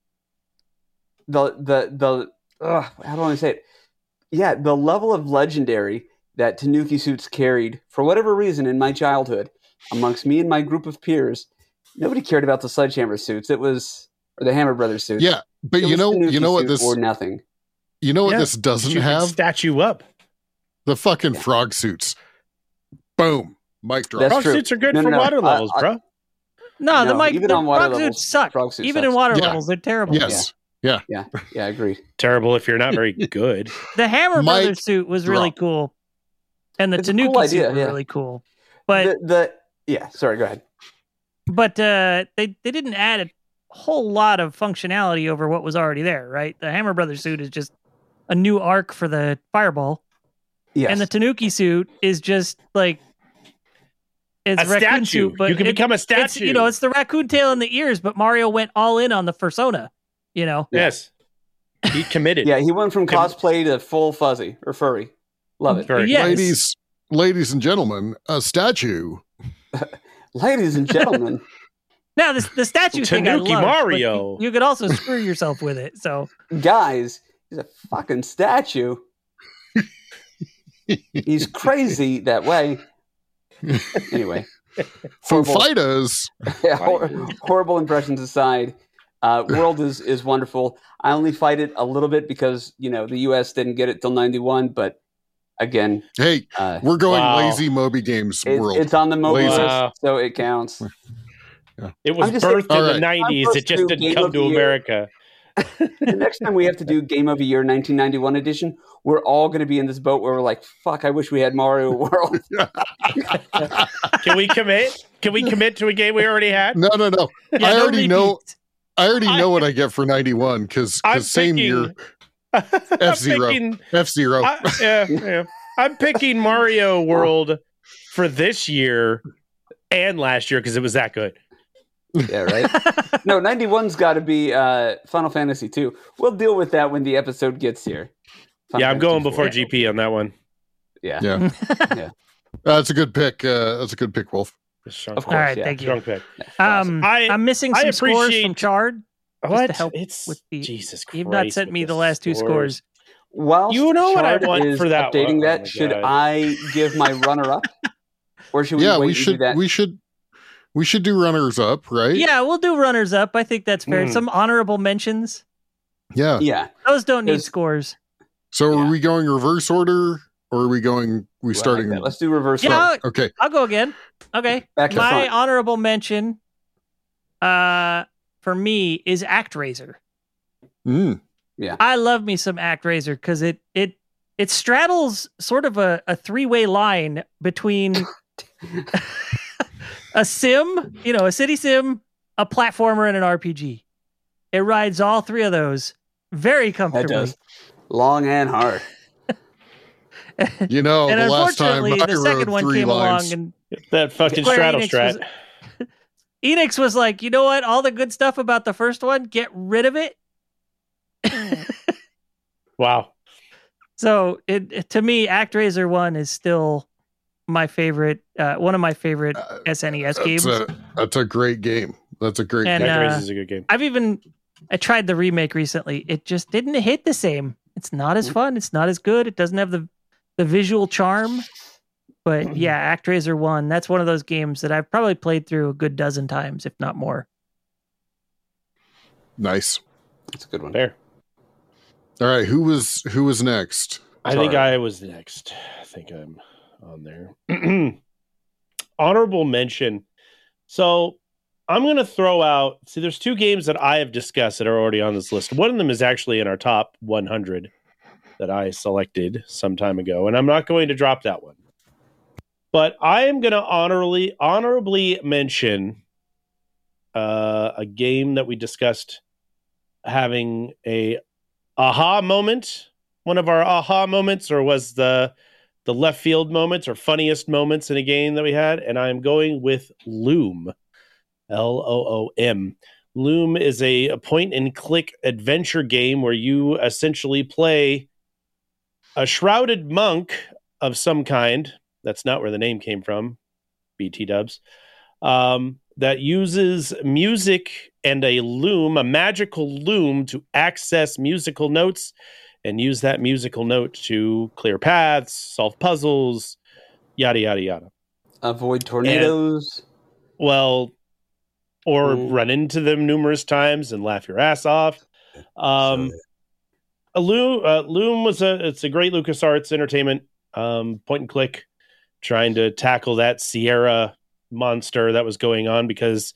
Speaker 3: the the the ugh, how do I say it? Yeah, the level of legendary that Tanuki suits carried for whatever reason in my childhood amongst me and my group of peers. Nobody cared about the sledgehammer suits. It was or the Hammer Brothers suits.
Speaker 2: yeah, but
Speaker 3: It
Speaker 2: you
Speaker 3: was
Speaker 2: know,
Speaker 3: Tanuki
Speaker 2: you know what
Speaker 3: suit
Speaker 2: this,
Speaker 3: or nothing.
Speaker 2: you know what
Speaker 4: Yeah.
Speaker 2: this doesn't
Speaker 4: You can
Speaker 2: have
Speaker 4: statue up.
Speaker 2: the fucking
Speaker 3: Yeah.
Speaker 2: frog suits. Boom, mic drop.
Speaker 3: That's
Speaker 4: Frog
Speaker 3: true.
Speaker 4: suits are good
Speaker 3: No, Uh, no,
Speaker 4: for
Speaker 3: no.
Speaker 4: water
Speaker 3: I-
Speaker 4: levels,
Speaker 3: I-
Speaker 4: bro.
Speaker 1: No, the
Speaker 3: No,
Speaker 1: mic
Speaker 3: even
Speaker 1: the
Speaker 3: on water
Speaker 1: frog
Speaker 3: levels-
Speaker 1: suits suck.
Speaker 3: frog suit
Speaker 1: even
Speaker 3: sucks.
Speaker 1: in water
Speaker 2: Yeah.
Speaker 1: levels, they're terrible.
Speaker 2: yes,
Speaker 3: Yeah, agreed.
Speaker 4: Terrible if you're not
Speaker 3: [LAUGHS]
Speaker 4: very good.
Speaker 1: The Hammer
Speaker 2: Mic
Speaker 1: Brothers suit was really
Speaker 2: drop.
Speaker 1: cool, and the
Speaker 3: It's a cool
Speaker 1: Tanuki
Speaker 3: idea,
Speaker 1: suit was
Speaker 3: yeah.
Speaker 1: really cool. But
Speaker 3: the, the yeah, sorry, go ahead.
Speaker 1: but uh, they they didn't add a whole lot of functionality over what was already there, right? The Hammer Brothers suit is just a new arc for the fireball,
Speaker 3: Yes.
Speaker 1: and the Tanuki suit is just like it's
Speaker 4: a
Speaker 1: raccoon
Speaker 4: statue.
Speaker 1: suit, but
Speaker 4: you can
Speaker 1: it-
Speaker 4: become a statue.
Speaker 1: it's you know it's the raccoon tail and the ears, but Mario went all in on the persona, you know.
Speaker 4: yes. He committed.
Speaker 3: Yeah, he went from
Speaker 4: Can-
Speaker 3: cosplay to full fuzzy or furry. Love it.
Speaker 4: Very
Speaker 1: Yes.
Speaker 2: ladies, ladies and gentlemen, a statue.
Speaker 3: [LAUGHS] Ladies and gentlemen,
Speaker 1: Now this the statue thing I
Speaker 4: Tanuki
Speaker 1: loved, but
Speaker 4: Mario.
Speaker 1: You, you could also screw yourself with it.
Speaker 3: [LAUGHS]
Speaker 1: So
Speaker 3: guys, he's a fucking statue. he's crazy that way. Anyway, [LAUGHS]
Speaker 2: From
Speaker 3: Horrible.
Speaker 2: Fidas,
Speaker 3: yeah, hor- horrible impressions aside, uh, World is, is wonderful. I only fight it a little bit because, you know, the US didn't get it till 91, but again,
Speaker 2: hey,
Speaker 3: uh,
Speaker 2: we're going
Speaker 4: Wow.
Speaker 2: lazy Moby Games
Speaker 3: it-
Speaker 2: world.
Speaker 3: it's on the mobile
Speaker 2: Laser.
Speaker 3: list, so it counts.
Speaker 4: It was
Speaker 3: I'm just saying-
Speaker 4: birthed in
Speaker 2: All
Speaker 4: the
Speaker 2: right.
Speaker 4: 90s. It just
Speaker 3: First
Speaker 4: didn't
Speaker 3: game
Speaker 4: come
Speaker 3: of
Speaker 4: to
Speaker 3: the year.
Speaker 4: America.
Speaker 3: the next time we have to do Game of the Year 1991 edition, we're all going to be in this boat where we're like, "Fuck, I wish we had Mario [LAUGHS] World."
Speaker 4: Can we commit? Can we commit to a game we
Speaker 2: [LAUGHS]
Speaker 4: already had?
Speaker 2: no, no, no.
Speaker 1: Yeah,
Speaker 2: I
Speaker 1: no
Speaker 2: already know.
Speaker 1: repeats.
Speaker 2: I already
Speaker 4: I-
Speaker 2: know what I get for ninety one because
Speaker 4: I'm
Speaker 2: same
Speaker 4: thinking-
Speaker 2: year
Speaker 4: [LAUGHS] I'm
Speaker 2: F-Zero.
Speaker 4: picking,
Speaker 2: F
Speaker 3: Oh.
Speaker 2: Zero.
Speaker 4: I, yeah, yeah. I'm
Speaker 3: [LAUGHS]
Speaker 4: picking Mario World for this year and last year because it was that good.
Speaker 3: yeah, right. [LAUGHS] No, 91's got to be uh, Final Fantasy 2. We'll deal with that when the episode gets here. Final
Speaker 4: yeah, I'm
Speaker 3: Fantasy
Speaker 4: going
Speaker 3: four.
Speaker 4: before GP on that one.
Speaker 3: Yeah,
Speaker 2: Yeah. that's a good pick. Uh, that's a good pick, Wolf.
Speaker 4: Strong
Speaker 3: of
Speaker 4: pick.
Speaker 1: All
Speaker 3: course.
Speaker 1: right,
Speaker 3: yeah.
Speaker 1: thank you.
Speaker 4: Strong pick.
Speaker 1: Um,
Speaker 4: I-
Speaker 1: I, am missing
Speaker 4: I
Speaker 1: some scores from
Speaker 4: appreciate-
Speaker 1: Chard.
Speaker 4: What?
Speaker 1: help
Speaker 4: it's
Speaker 1: with the-
Speaker 4: Jesus Christ.
Speaker 1: You've not sent
Speaker 4: with
Speaker 1: me the last two scores.
Speaker 3: Whilst
Speaker 4: You know what I
Speaker 3: Shard
Speaker 4: want
Speaker 3: is
Speaker 4: for that
Speaker 3: Updating
Speaker 4: one.
Speaker 3: that,
Speaker 4: Oh my
Speaker 3: should
Speaker 4: God.
Speaker 3: I give my runner-up, or should we
Speaker 2: yeah, we
Speaker 3: wait and do
Speaker 2: should.
Speaker 3: that?
Speaker 2: We should. We should do runners up, right?
Speaker 1: Yeah, we'll do runners up. I think that's fair.
Speaker 4: Mm.
Speaker 1: Some honorable mentions.
Speaker 2: Yeah.
Speaker 3: yeah,
Speaker 1: Those don't need
Speaker 3: There's-
Speaker 1: scores.
Speaker 2: So are
Speaker 3: Yeah.
Speaker 2: we going reverse order, or are we going? We
Speaker 3: Well,
Speaker 2: starting?
Speaker 3: okay, Let's do reverse.
Speaker 1: Yeah,
Speaker 3: order.
Speaker 1: I'll,
Speaker 2: okay.
Speaker 1: I'll go again. Okay.
Speaker 3: Back to
Speaker 1: My
Speaker 3: front.
Speaker 1: honorable mention uh for me is ActRaiser.
Speaker 2: Mm.
Speaker 1: I love me some ActRaiser because it it it straddles sort of a, a three-way line
Speaker 2: [LAUGHS]
Speaker 1: between a sim, you know, a city sim, a platformer, and an RPG. It rides all three of those very
Speaker 3: that
Speaker 1: comfortably.
Speaker 3: does long and hard.
Speaker 2: You know,
Speaker 1: and
Speaker 2: Oh, the last time
Speaker 1: unfortunately,
Speaker 2: I
Speaker 1: the
Speaker 2: rode
Speaker 1: second one
Speaker 2: three
Speaker 1: came
Speaker 2: lines.
Speaker 1: along, and
Speaker 4: That fucking
Speaker 1: Square
Speaker 4: straddle
Speaker 1: Enix
Speaker 4: strat.
Speaker 1: was- Enix was like, you know what? All the good stuff about the first one, get rid of it. [LAUGHS]
Speaker 4: Wow.
Speaker 1: So it, it- to me, ActRaiser one is still my favorite, uh, one of my favorite
Speaker 2: Uh,
Speaker 1: SNES
Speaker 2: that's
Speaker 1: E games.
Speaker 2: a that's a great game. That's a great
Speaker 1: And,
Speaker 2: game.
Speaker 1: uh,
Speaker 4: Actraiser is a good game.
Speaker 1: I've even I tried the remake recently. It just didn't hit the same. It's not as fun. It's not as good. It doesn't have the the visual charm. But yeah, ActRaiser One. That's one of those games that I've probably played through a good dozen times, if not more.
Speaker 2: Nice.
Speaker 3: That's a good one.
Speaker 4: Fair.
Speaker 2: All right, who was who was next? [LAUGHS]
Speaker 4: I think
Speaker 3: Sorry.
Speaker 4: I was next. I think I'm on there. [CLEARS THROAT] Honorable mention. So I'm going to throw out. See, there's two games that I have discussed that are already on this list. One of them is actually in our top 100 that I selected some time ago, and I'm not going to drop that one. But I am going to honorably honorably mention uh, a game that we discussed having a aha moment one of our aha moments or was the the left field moments or funniest moments in a game that we had and i'm going with loom l-o-o-m loom is a, a point and click adventure game where you essentially play a shrouded monk of some kind that's not where the name came from bt dubs um, that uses music and a loom a magical loom to access musical notes and use that musical note to clear paths, solve puzzles, yada yada yada.
Speaker 3: Avoid tornadoes.
Speaker 4: Well, or
Speaker 3: Mm.
Speaker 4: run into them numerous times and laugh your ass off. Um, a Loom, uh, Loom was a it's a great LucasArts entertainment um, point and click, trying to tackle that Sierra monster that was going on because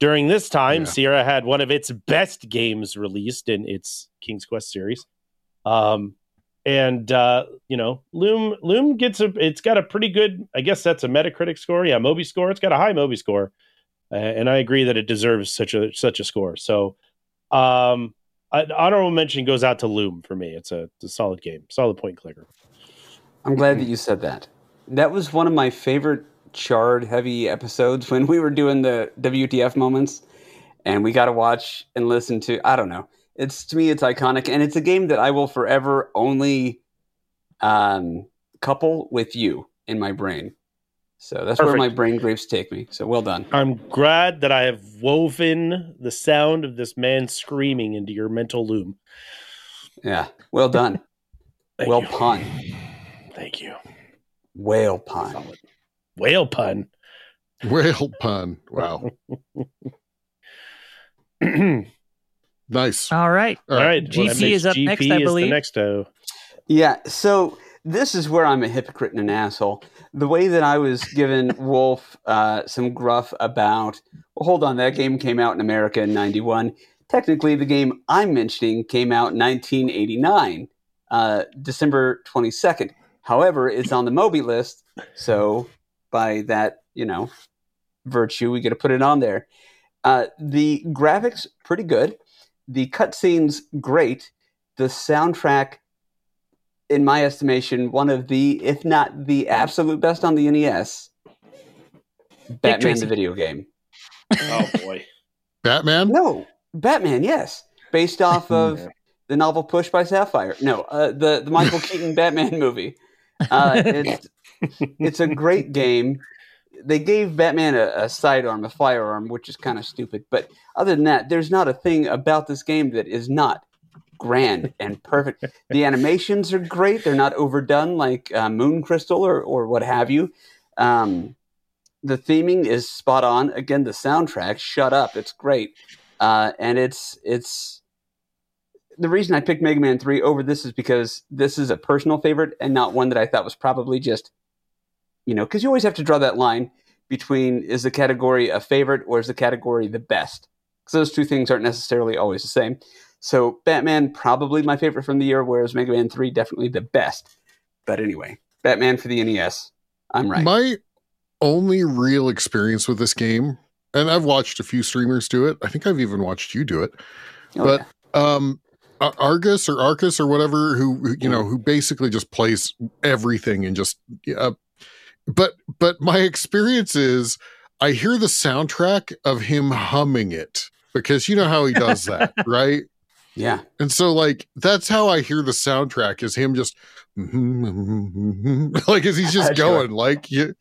Speaker 4: during this time
Speaker 2: Yeah.
Speaker 4: Sierra had one of its best games released in its King's Quest series, um, and uh, you know Loom Loom gets a it's got a pretty good I guess that's a Metacritic score yeah Moby score it's got a high Moby score, uh, and I agree that it deserves such a such a score so. Um, an honorable mention goes out to Loom for me. It's a, it's a solid game, solid point clicker.
Speaker 3: I'm glad that you said that. That was one of my favorite charred heavy episodes when we were doing the WTF moments and we got to watch and listen to I don't know. It's to me it's iconic and it's a game that I will forever only um couple with you in my brain. So that's where
Speaker 4: Perfect.
Speaker 3: my brain grapes take me. So well done.
Speaker 4: I'm glad that I have woven the sound of this man screaming into your mental loom.
Speaker 3: Yeah. Well done.
Speaker 4: Thank
Speaker 3: well
Speaker 4: you.
Speaker 3: pun.
Speaker 4: Thank you.
Speaker 3: Whale pun.
Speaker 4: Solid. Whale pun.
Speaker 2: Whale pun.
Speaker 4: [LAUGHS]
Speaker 2: Wow. Nice.
Speaker 1: All right.
Speaker 2: All right.
Speaker 1: GC
Speaker 4: that makes
Speaker 1: is up next, I
Speaker 4: the
Speaker 1: believe.
Speaker 4: next, oh.
Speaker 3: Yeah, so this is where I'm a hypocrite and an asshole. The way that I was giving Wolf uh, some gruff about, well, hold on, that game came out in America in 91. Technically, the game I'm mentioning came out in 1989, uh, December 22nd. However, it's on the Moby list, so by that, you know, virtue, we got to put it on there. Uh, the graphics, pretty good. The cutscenes, great. The soundtrack, in my estimation, one of the, if not the absolute best on the NES. Batman
Speaker 1: Tracy.
Speaker 3: the video game.
Speaker 4: [LAUGHS] oh boy.
Speaker 2: Batman?
Speaker 3: No, Batman, yes. Based off of
Speaker 4: Yeah.
Speaker 3: the novel Push by Sapphire. No, uh, the, the Michael Keaton Batman movie. Uh, it's, it's a great game. They gave Batman a, a sidearm, a firearm, which is kind of stupid. But other than that, there's not a thing about this game that is not grand and perfect. The animations are great. They're not overdone like uh, Moon Crystal or, or what have you. Um, the theming is spot on. Again, the soundtrack, shut up, it's great. Uh, and it's it's the reason I picked Mega Man 3 over this is because this is a personal favorite and not one that I thought was probably just, you know, because you always have to draw that line between is the category a favorite or is the category the best? Because those two things aren't necessarily always the same. So Batman probably my favorite from the year, whereas Mega Man 3 definitely the best. But anyway, Batman for the NES. I'm right.
Speaker 2: My only real experience with this game, and I've watched a few streamers do it. I think I've even watched you do it.
Speaker 3: Oh,
Speaker 2: but
Speaker 3: yeah.
Speaker 2: um Ar- Argus or Arcus or whatever who, who you know who basically just plays everything and just uh, but but my experience is I hear the soundtrack of him humming it because you know how he does
Speaker 3: [LAUGHS]
Speaker 2: that right
Speaker 3: yeah.
Speaker 2: and so like that's how I hear the soundtrack is him just [LAUGHS] like as he's just
Speaker 3: [LAUGHS] Sure. Uh-huh.
Speaker 2: going like you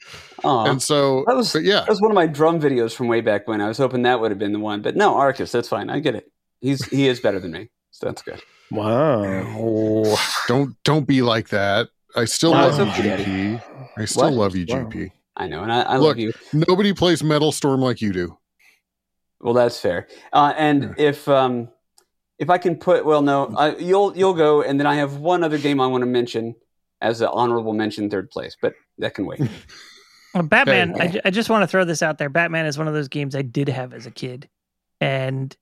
Speaker 3: Aw.
Speaker 2: and so
Speaker 3: That was-
Speaker 2: but yeah
Speaker 3: That was one of my drum videos from way back when. I was hoping that would have been the one, but no, Arcus, that's fine. I get it. He's he is better than me, so that's good.
Speaker 4: Wow.
Speaker 2: Oh, don't don't be like that. I still
Speaker 3: No,
Speaker 2: love you,
Speaker 3: it's okay.
Speaker 2: GP. I still
Speaker 3: What?
Speaker 2: love you,
Speaker 4: Wow.
Speaker 2: GP.
Speaker 3: I know, and I, I
Speaker 2: Look.
Speaker 3: love you.
Speaker 2: Nobody plays Metal Storm like you do.
Speaker 3: Well, that's fair. Uh, and if um, if I can put, well, no, I, you'll you'll go, and then I have one other game I want to mention as an honorable mention, third place, but that can
Speaker 2: [LAUGHS]
Speaker 3: wait.
Speaker 1: Well, Batman,
Speaker 2: Very
Speaker 1: I, ju- I just want to throw this out there. Batman is one of those games I did have as a kid. And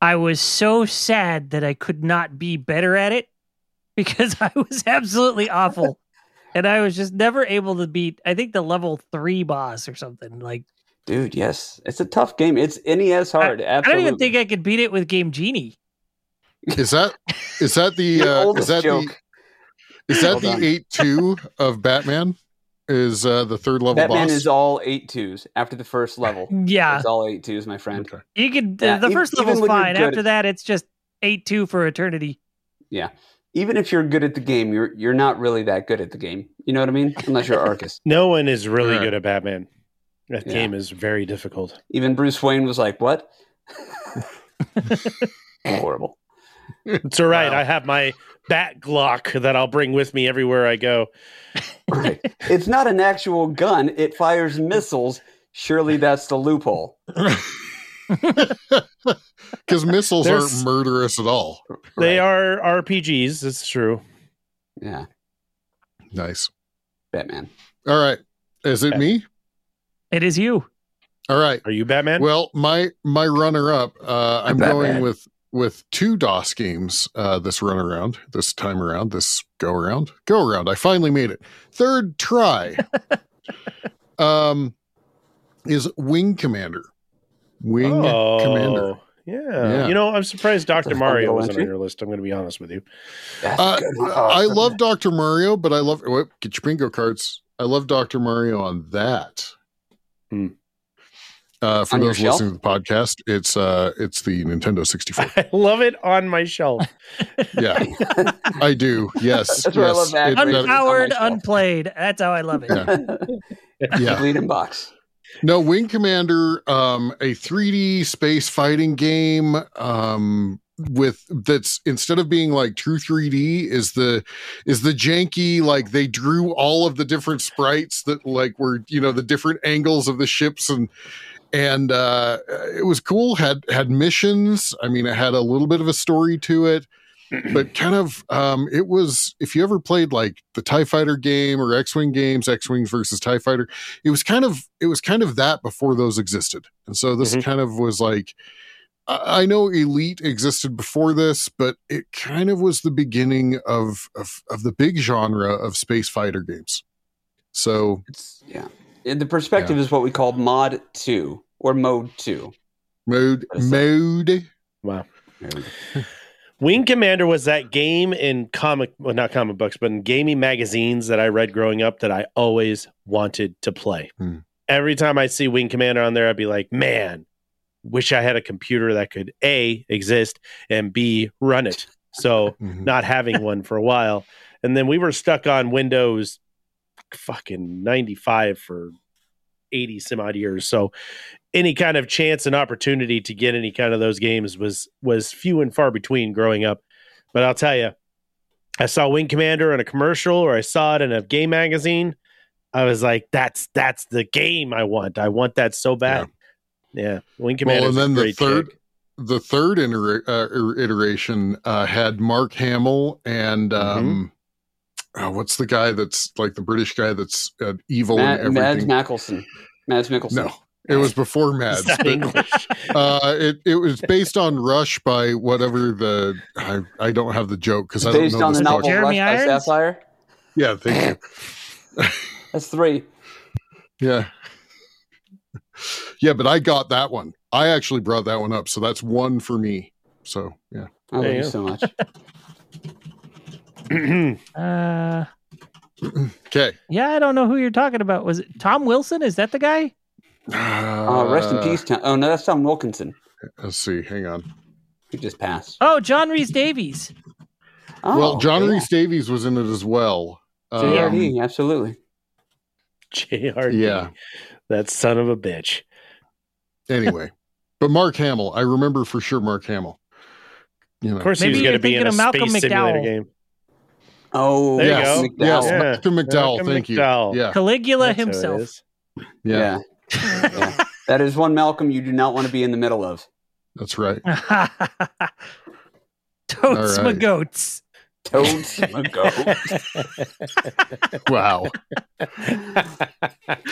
Speaker 1: I was so sad that I could not be better at it [LAUGHS] because I was absolutely
Speaker 3: [LAUGHS]
Speaker 1: awful. And I was just never able to beat, I think, the level three boss or something. Like,
Speaker 3: Dude, yes, it's a tough game. It's NES hard. absolutely.
Speaker 1: I don't even think I could beat it with Game Genie.
Speaker 2: Is that is that
Speaker 3: [LAUGHS]
Speaker 2: the
Speaker 3: An
Speaker 2: uh,
Speaker 3: old
Speaker 2: is that
Speaker 3: joke.
Speaker 2: the is that
Speaker 3: Well done.
Speaker 2: the eight two of Batman? Is uh, the third level
Speaker 3: Batman
Speaker 2: boss?
Speaker 3: is all eight twos after the first level.
Speaker 1: Yeah.
Speaker 3: It's all eight twos, my friend.
Speaker 2: Okay.
Speaker 1: You could,
Speaker 3: Mm. Yeah,
Speaker 1: the
Speaker 3: ev-
Speaker 1: first
Speaker 3: even
Speaker 1: level's
Speaker 3: when you're
Speaker 1: fine.
Speaker 3: good
Speaker 1: After
Speaker 3: at-
Speaker 1: that, it's just 8 2 for eternity.
Speaker 3: Even if you're good at the game, you're you're not really that good at the game. You know what I mean?
Speaker 2: [LAUGHS]
Speaker 3: Unless you're Arcus.
Speaker 4: No one is really
Speaker 2: Yeah.
Speaker 4: good at Batman. That
Speaker 3: Yeah.
Speaker 4: game is very difficult.
Speaker 3: Even Bruce Wayne was
Speaker 2: [LAUGHS]
Speaker 3: like, "What?" Horrible.
Speaker 4: It's all right.
Speaker 2: Wow.
Speaker 4: I have my Bat Glock that I'll bring with me everywhere I go.
Speaker 3: Right. It's not an actual gun. It fires missiles. Surely that's the loophole.
Speaker 2: Because missiles
Speaker 4: There's-
Speaker 2: aren't murderous at all.
Speaker 3: Right.
Speaker 4: They are RPGs. It's true.
Speaker 3: Yeah,
Speaker 2: Nice.
Speaker 3: Batman.
Speaker 2: All right. Is it
Speaker 4: Okay.
Speaker 2: me?
Speaker 1: It is you.
Speaker 2: All right.
Speaker 4: Are you Batman?
Speaker 2: Well, my my runner up, uh, I'm
Speaker 3: Not that
Speaker 2: going
Speaker 3: bad.
Speaker 2: with with two DOS games uh, this run around, this time around, this go around, go around. I finally made it. Third
Speaker 3: [LAUGHS]
Speaker 2: try. um, is Wing Commander. Wing
Speaker 4: Oh.
Speaker 2: Commander.
Speaker 4: Yeah.
Speaker 2: Yeah.
Speaker 4: You know, I'm surprised
Speaker 3: a
Speaker 4: Dr.
Speaker 3: fun
Speaker 4: Mario
Speaker 3: little
Speaker 4: wasn't on
Speaker 3: entry.
Speaker 4: your list. I'm going to be honest with you. [LAUGHS]
Speaker 3: That's
Speaker 2: Uh,
Speaker 3: good.
Speaker 2: I love Dr. Mario, but I love whoop, get your bingo cards. I love Dr. Mario on that.
Speaker 4: Hmm.
Speaker 2: Uh, for
Speaker 3: On your
Speaker 2: those
Speaker 3: shelf?
Speaker 2: listening to the podcast, it's uh, it's the Nintendo 64.
Speaker 4: [LAUGHS] I love it on my
Speaker 3: [LAUGHS]
Speaker 4: shelf.
Speaker 2: yeah, I do. Yes,
Speaker 3: That's where I
Speaker 2: yes.
Speaker 3: love that.
Speaker 2: It-
Speaker 3: Unpowered.
Speaker 2: that-
Speaker 1: Unpowered,
Speaker 3: myself.
Speaker 1: unplayed. That's how I love it.
Speaker 2: Yeah.
Speaker 3: [LAUGHS]
Speaker 2: yeah.
Speaker 3: Bleeding box.
Speaker 2: No, Wing Commander, um, a 3D space fighting game um, with that's instead of being like true 3D, is the is the janky like they drew all of the different sprites that like were you know the different angles of the ships and and uh, it was cool. had had missions. I mean, it had a little bit of a story to it. but kind of um it was if you ever played like the tie fighter game or x-wing games x-wings versus tie fighter it was kind of it was kind of that before those existed and so
Speaker 3: Mm-hmm.
Speaker 2: this
Speaker 4: Mhm.
Speaker 2: kind of was like I I know Elite existed before this, but it kind of was the beginning of of, of the big genre of space fighter games. So
Speaker 3: It's yeah. And The perspective is what we call mod two or mode two.
Speaker 2: mode
Speaker 3: That's it.
Speaker 2: mode
Speaker 4: Wow.
Speaker 3: There we go.
Speaker 4: Wing Commander was that game in comic, well, not comic books, but in gaming magazines that I read growing up that I always wanted to play.
Speaker 2: Hmm.
Speaker 4: Every time I see Wing Commander on there, I'd be like, man, wish I had a computer that could A, exist and B, run it. So
Speaker 2: Mhm. [LAUGHS]
Speaker 4: not having one for a while. And then we were stuck on Windows fucking 95 for 80 some odd years. So any kind of chance and opportunity to get any kind of those games was was few and far between growing up. But I'll tell you, I saw Wing Commander in a commercial or I saw it in a game magazine. I was like, that's that's the game I want. I want that so bad. Yeah. Wing Commander.
Speaker 2: and then the third- the third iter- uh, er- iteration uh, had Mark Hamill and
Speaker 3: Mm-hmm.
Speaker 2: um, uh, what's the guy that's like the British guy that's uh, evil
Speaker 3: Mad,
Speaker 2: and
Speaker 3: Mads
Speaker 2: everything?
Speaker 3: Mickelson. Mads Mickelson.
Speaker 2: no, it was before Mads.
Speaker 4: [LAUGHS] It's not
Speaker 2: but,
Speaker 4: English.
Speaker 2: [LAUGHS] uh, it it was based on Rush by whatever the I, I don't have the joke because I don't
Speaker 3: Based
Speaker 2: know
Speaker 3: on
Speaker 2: this
Speaker 3: the
Speaker 2: book.
Speaker 3: novel
Speaker 1: Jeremy
Speaker 3: Rush by
Speaker 1: Irons?
Speaker 3: Sapphire.
Speaker 2: Yeah, thank
Speaker 3: That's three.
Speaker 2: you. Yeah, yeah, but I got that one. I actually brought that one up, so that's one for me. So yeah,
Speaker 3: I love
Speaker 4: There you
Speaker 3: you
Speaker 4: go.
Speaker 2: [LAUGHS]
Speaker 3: so much.
Speaker 4: [CLEARS THROAT]
Speaker 1: Uh,
Speaker 2: okay.
Speaker 1: yeah, I don't know who you're talking about. Was it Tom Wilson? Is that the guy?
Speaker 3: Uh, rest in peace. Tom. Oh no, that's Tom Wilkinson
Speaker 2: Let's see. Hang on.
Speaker 3: who just passed.
Speaker 1: Oh, John Reese Davies.
Speaker 3: Oh,
Speaker 2: well, John
Speaker 3: yeah.
Speaker 2: Reese Davies was in it as well.
Speaker 3: JRD,
Speaker 2: Um,
Speaker 3: absolutely.
Speaker 4: JRD.
Speaker 2: Yeah.
Speaker 4: That son of a bitch.
Speaker 2: anyway, but Mark Hamill, I remember for sure Mark Hamill. you
Speaker 4: Of
Speaker 2: know.
Speaker 4: course, he
Speaker 1: Maybe
Speaker 4: was
Speaker 1: you're
Speaker 4: going to be in
Speaker 1: thinking
Speaker 4: a
Speaker 1: of Malcolm
Speaker 4: space simulator
Speaker 1: McDowell.
Speaker 4: game.
Speaker 3: Oh,
Speaker 4: There you
Speaker 2: yes,
Speaker 4: go.
Speaker 2: yes,
Speaker 4: Yeah.
Speaker 2: Malcolm McDowell.
Speaker 4: Malcolm
Speaker 2: thank
Speaker 4: McDowell.
Speaker 2: you. Yeah,
Speaker 1: Caligula
Speaker 4: That's who it
Speaker 1: himself.
Speaker 4: is.
Speaker 2: yeah,
Speaker 3: yeah. Yeah. That is one Malcolm you do not want to be in the middle of.
Speaker 2: that's right.
Speaker 1: [LAUGHS] Totes
Speaker 2: All right.
Speaker 1: my goats.
Speaker 2: [LAUGHS]
Speaker 3: Toads,
Speaker 4: [LAUGHS]
Speaker 3: go.
Speaker 2: Wow.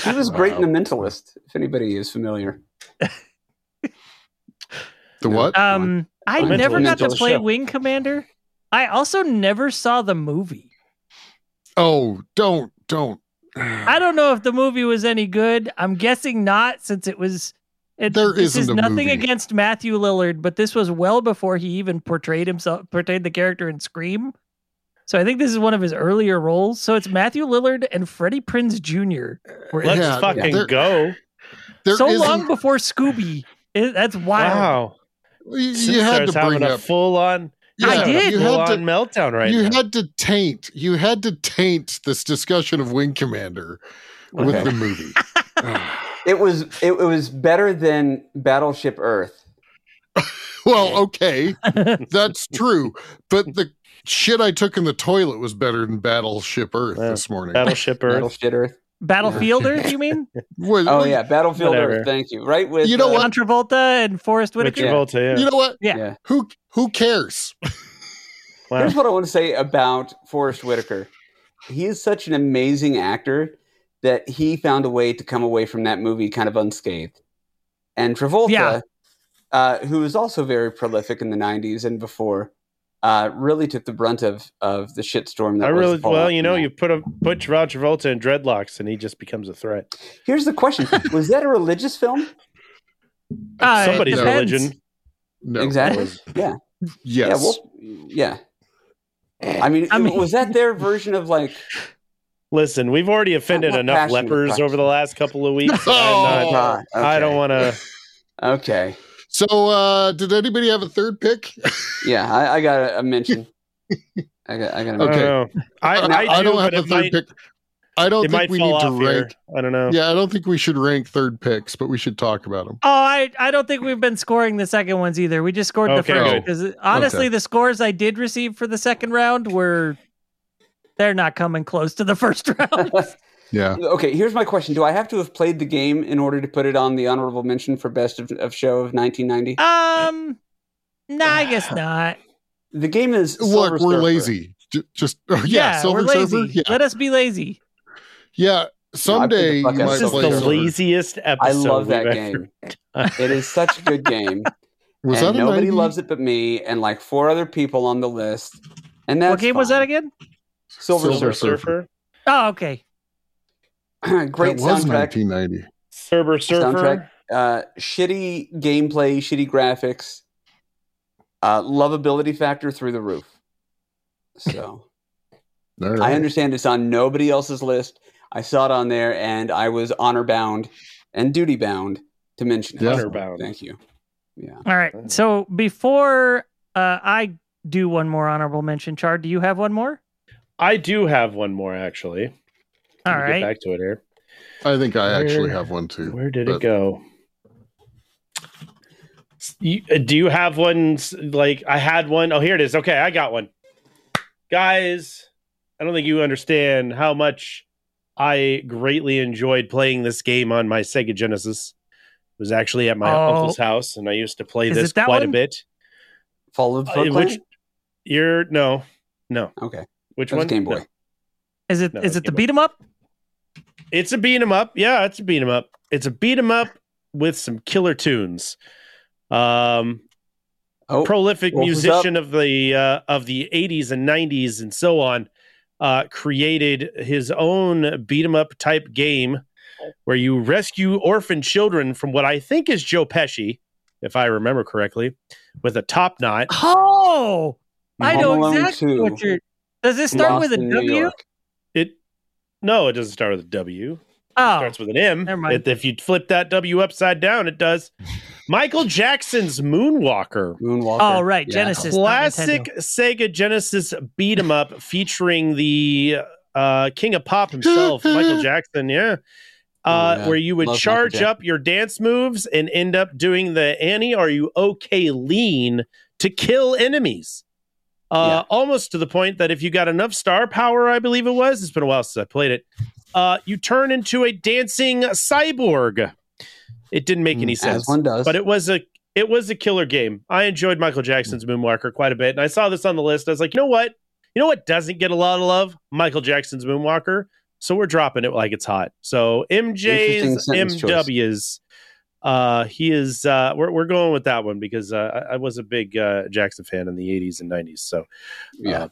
Speaker 3: He was great in The
Speaker 2: Wow.
Speaker 3: Mentalist, if anybody is familiar.
Speaker 2: [LAUGHS] The what?
Speaker 1: Um, I
Speaker 3: Mental-
Speaker 1: never got to
Speaker 4: mental
Speaker 1: play
Speaker 4: show.
Speaker 1: Wing Commander. I also never saw the movie.
Speaker 2: Oh, don't, don't.
Speaker 1: I don't know if the movie was any good. I'm guessing not, since it was. It,
Speaker 2: There
Speaker 1: this
Speaker 2: isn't
Speaker 1: is
Speaker 2: a
Speaker 1: nothing
Speaker 2: movie.
Speaker 1: against Matthew Lillard, but this was well before he even portrayed himself, portrayed the character in Scream. So I think this is one of his earlier roles. So it's Matthew Lillard and Freddie Prinz Jr. were in
Speaker 4: Let's
Speaker 2: Yeah,
Speaker 4: fucking
Speaker 2: there-
Speaker 4: go!
Speaker 2: There
Speaker 1: so
Speaker 2: isn't-
Speaker 1: long before Scooby. It- that's wild.
Speaker 4: Wow,
Speaker 2: You, you had
Speaker 4: Sinstar's
Speaker 2: to bring
Speaker 4: having a
Speaker 2: up.
Speaker 4: full on.
Speaker 1: I
Speaker 2: Yeah,
Speaker 1: did.
Speaker 2: You
Speaker 4: full
Speaker 2: had
Speaker 4: on
Speaker 2: to.
Speaker 4: meltdown right
Speaker 2: you
Speaker 4: now.
Speaker 2: had to taint. You had to taint this discussion of Wing Commander with
Speaker 3: Okay.
Speaker 2: the movie. [SIGHS]
Speaker 3: It was it was better than Battleship Earth.
Speaker 2: well, okay,
Speaker 3: [LAUGHS]
Speaker 2: that's true. But the shit I took in the toilet was better than Battleship Earth
Speaker 4: Yeah.
Speaker 2: this morning.
Speaker 4: Battleship Earth.
Speaker 3: Battleship Earth.
Speaker 1: Battlefield
Speaker 2: [LAUGHS]
Speaker 1: Earth, you mean?
Speaker 2: Well,
Speaker 3: Oh yeah, Battlefield
Speaker 4: Whatever.
Speaker 3: Earth. Thank you. Right with
Speaker 2: You know
Speaker 3: uh,
Speaker 2: what?
Speaker 1: John Travolta and Forrest
Speaker 4: With
Speaker 1: Whitaker.
Speaker 4: Travolta, yeah.
Speaker 2: You know what?
Speaker 1: Yeah.
Speaker 3: Yeah.
Speaker 2: Who who cares?
Speaker 4: Wow.
Speaker 3: Here's what I want to say about Forrest Whitaker. He is such an amazing actor that he found a way to come away from that movie kind of unscathed. And Travolta,
Speaker 1: Yeah.
Speaker 3: uh, who was also very prolific in the '90s and before, uh, really took the brunt of of the shitstorm. That
Speaker 4: I
Speaker 3: was the
Speaker 4: really
Speaker 3: fallout
Speaker 4: well, you
Speaker 3: from
Speaker 4: know,
Speaker 3: that.
Speaker 4: you put a put John Travolta in dreadlocks, and he just becomes a threat.
Speaker 3: Here's the question: Was that a religious film?
Speaker 1: Uh, it
Speaker 4: Somebody's
Speaker 1: depends.
Speaker 4: religion.
Speaker 2: [LAUGHS] No.
Speaker 3: exactly. Yeah.
Speaker 2: Yes.
Speaker 3: Yeah. Well, yeah. I mean,
Speaker 1: I mean-
Speaker 3: was that their version of like?
Speaker 4: Listen, we've already offended
Speaker 3: want
Speaker 4: enough
Speaker 3: passion in the
Speaker 4: lepers
Speaker 3: question.
Speaker 4: over the last couple of weeks.
Speaker 2: No.
Speaker 4: I'm
Speaker 3: God,
Speaker 4: not- Uh,
Speaker 2: Uh,
Speaker 4: I
Speaker 3: okay,
Speaker 4: don't want to.
Speaker 3: Okay.
Speaker 2: so, uh, did anybody have a third pick?
Speaker 3: Yeah, I, I got
Speaker 2: [LAUGHS]
Speaker 3: a mention. I got. I got. A
Speaker 2: Okay.
Speaker 3: mention.
Speaker 4: I don't
Speaker 2: [LAUGHS]
Speaker 4: know. I, I,
Speaker 2: I
Speaker 4: do,
Speaker 2: don't have
Speaker 4: but
Speaker 2: a
Speaker 4: it
Speaker 2: third
Speaker 4: might,
Speaker 2: pick. I don't
Speaker 4: it might
Speaker 2: think we
Speaker 4: fall
Speaker 2: need to
Speaker 4: off here.
Speaker 2: rank.
Speaker 4: I don't know.
Speaker 2: Yeah, I don't think we should rank third picks, but we should talk about them.
Speaker 1: Oh, I, I don't think we've been scoring the second ones either. We just scored the
Speaker 4: Okay,
Speaker 1: first
Speaker 2: good.
Speaker 1: because honestly,
Speaker 2: Okay.
Speaker 1: the scores I did receive for the second round were they're not coming close to the first [LAUGHS] round.
Speaker 2: Yeah.
Speaker 3: [LAUGHS] Okay, here's my question: Do I have to have played the game in order to put it on the honorable mention for best of, of show of 1990?
Speaker 1: um, nah, I guess not.
Speaker 3: The game is Silver
Speaker 2: Look, we're
Speaker 3: Surfer.
Speaker 2: lazy. J- Just [LAUGHS] oh, yeah, Silver
Speaker 1: we're lazy.
Speaker 2: Surfer. Yeah,
Speaker 1: Let us be lazy.
Speaker 2: yeah. Someday
Speaker 3: fuck
Speaker 2: you
Speaker 3: out
Speaker 2: might
Speaker 4: This is
Speaker 2: play.
Speaker 4: the
Speaker 3: over.
Speaker 2: Silver.
Speaker 4: laziest episode.
Speaker 3: I love
Speaker 4: we've
Speaker 3: that
Speaker 4: ever-
Speaker 3: game. it is such a good game,
Speaker 2: [LAUGHS] Was that
Speaker 3: and
Speaker 2: a
Speaker 3: nobody
Speaker 2: 90?
Speaker 3: loves it but me and like four other people on the list. And that's
Speaker 1: what game was that
Speaker 3: fine.
Speaker 1: again?
Speaker 3: Silver,
Speaker 4: Silver
Speaker 2: Silver
Speaker 3: Surfer.
Speaker 4: Surfer.
Speaker 1: Oh, okay.
Speaker 3: [CLEARS THROAT] Great
Speaker 2: that was
Speaker 3: soundtrack.
Speaker 2: 1990.
Speaker 4: Silver Surfer.
Speaker 3: Soundtrack. Uh, shitty gameplay, shitty graphics, uh, lovability factor through the roof. So.
Speaker 2: All right.
Speaker 3: I understand it's on nobody else's list. I saw it on there, and I was honor bound and duty bound to mention it.
Speaker 2: Yeah.
Speaker 4: Honor bound.
Speaker 3: Thank you. Yeah.
Speaker 1: All right. So before uh, I do one more honorable mention, Chard, do you have one more?
Speaker 4: I do have one more actually.
Speaker 1: All
Speaker 4: Let me Get
Speaker 1: right.
Speaker 4: back to it here.
Speaker 2: I think I actually
Speaker 4: Where-
Speaker 2: have one too.
Speaker 4: Where did
Speaker 2: but-
Speaker 4: it go? You- uh, do you have one? s- Like I had one. Oh, here it is. Okay, I got one. Guys, I don't think you understand how much I greatly enjoyed playing this game on my Sega Genesis. It was actually at my
Speaker 1: Oh.
Speaker 4: uncle's house, and I used to play
Speaker 1: Is
Speaker 4: this
Speaker 1: it that
Speaker 4: quite a
Speaker 1: one?
Speaker 4: bit.
Speaker 3: Fall of the
Speaker 4: Uh,
Speaker 3: Foot
Speaker 4: which
Speaker 3: Clan?
Speaker 4: you're no, no.
Speaker 3: Okay.
Speaker 4: Which
Speaker 3: That was
Speaker 4: one?
Speaker 3: Game Boy.
Speaker 4: No.
Speaker 1: Is it
Speaker 4: No,
Speaker 1: is
Speaker 4: it's
Speaker 1: it the
Speaker 4: Game Boy.
Speaker 1: beat 'em up?
Speaker 4: It's a beat 'em up. Yeah, it's a beat 'em up. It's a beat 'em up with some killer tunes. Um,
Speaker 3: Oh,
Speaker 4: prolific
Speaker 3: Wolf is
Speaker 4: musician of the uh, of the 80s and 90s and so on uh, created his own beat 'em up type game where you rescue orphan children from what I think is Joe Pesci, if I remember correctly, with a top knot.
Speaker 1: Oh, I
Speaker 3: Home
Speaker 1: know
Speaker 3: Alone
Speaker 1: exactly
Speaker 3: 2.
Speaker 1: what you're. Does it start
Speaker 3: Lost
Speaker 1: with a
Speaker 3: in New
Speaker 1: W?
Speaker 3: York.
Speaker 4: It no, it doesn't start with a W.
Speaker 1: Oh,
Speaker 4: starts with an M.
Speaker 1: Never mind.
Speaker 4: If, if you flip that W upside down, it does. Michael Jackson's Moonwalker.
Speaker 3: Moonwalker.
Speaker 1: oh, right.
Speaker 3: Yeah.
Speaker 1: Genesis. not
Speaker 4: Classic
Speaker 1: Nintendo.
Speaker 4: Sega Genesis beat 'em up featuring the uh, King of Pop himself, Michael Jackson. Yeah. Uh,
Speaker 3: Oh, yeah.
Speaker 4: Where you would
Speaker 3: Love Michael
Speaker 4: charge
Speaker 3: Jackson.
Speaker 4: up your dance moves and end up doing the Annie, are you okay lean to kill enemies. Uh, Almost to the point that if you got enough star power, I believe it was, it's been a while since I played it, uh, you turn into a dancing cyborg. It didn't make
Speaker 3: Hmm.
Speaker 4: any
Speaker 3: As
Speaker 4: sense,
Speaker 3: one does.
Speaker 4: but it was a it was a killer game. I enjoyed Michael Jackson's Moonwalker quite a bit, and I saw this on the list. I was like, you know what? You know what doesn't get a lot of love? Michael Jackson's Moonwalker. So we're dropping it like it's hot. So
Speaker 3: Interesting
Speaker 4: MJ's
Speaker 3: sentence choice.
Speaker 4: MW's. Uh, he is. Uh, we're we're going with that one because uh, I, I was a big uh, Jackson fan in the '80s and '90s. So
Speaker 3: yeah,
Speaker 4: uh,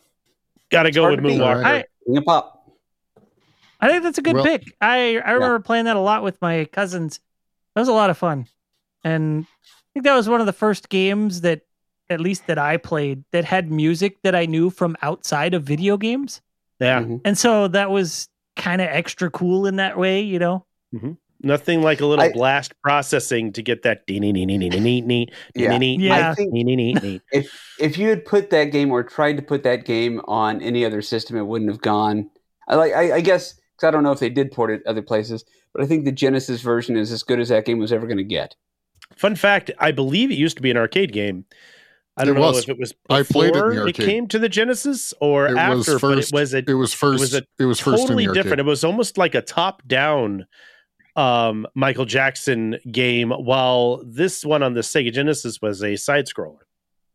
Speaker 4: got to go
Speaker 3: hard
Speaker 4: with
Speaker 3: to beat.
Speaker 4: Moonwalker.
Speaker 1: I,
Speaker 3: Ring of pop.
Speaker 1: I think that's a good
Speaker 2: Well-
Speaker 1: pick. I I remember playing that a lot with my cousins. That was a lot of fun, and I think that was one of the first games that, at least that I played, that had music that I knew from outside of video games,
Speaker 4: Yeah,
Speaker 3: Mhm.
Speaker 1: and so that was kind of extra cool in that way, you know.
Speaker 4: nothing like a little
Speaker 3: I-
Speaker 4: blast processing to get that.
Speaker 3: Yeah.
Speaker 1: Yeah.
Speaker 3: I think if you had put that game or tried to put that game on any other system, it wouldn't have gone. I like, I, I guess, because I don't know if they did port it other places, but I think the Genesis version is as good as that game was ever going to get.
Speaker 4: Fun fact: I believe it used to be an arcade game. I don't
Speaker 2: It
Speaker 4: know
Speaker 2: was.
Speaker 4: if it was before
Speaker 2: I played it in the
Speaker 4: it
Speaker 2: arcade.
Speaker 4: came to the Genesis or
Speaker 2: It was
Speaker 4: after, but it
Speaker 2: first.
Speaker 4: was a
Speaker 2: It was first. It was,
Speaker 4: a
Speaker 2: first
Speaker 4: totally
Speaker 2: in the arcade.
Speaker 4: different. It was almost like a top-down um, Michael Jackson game, while this one on the Sega Genesis was a side scroller.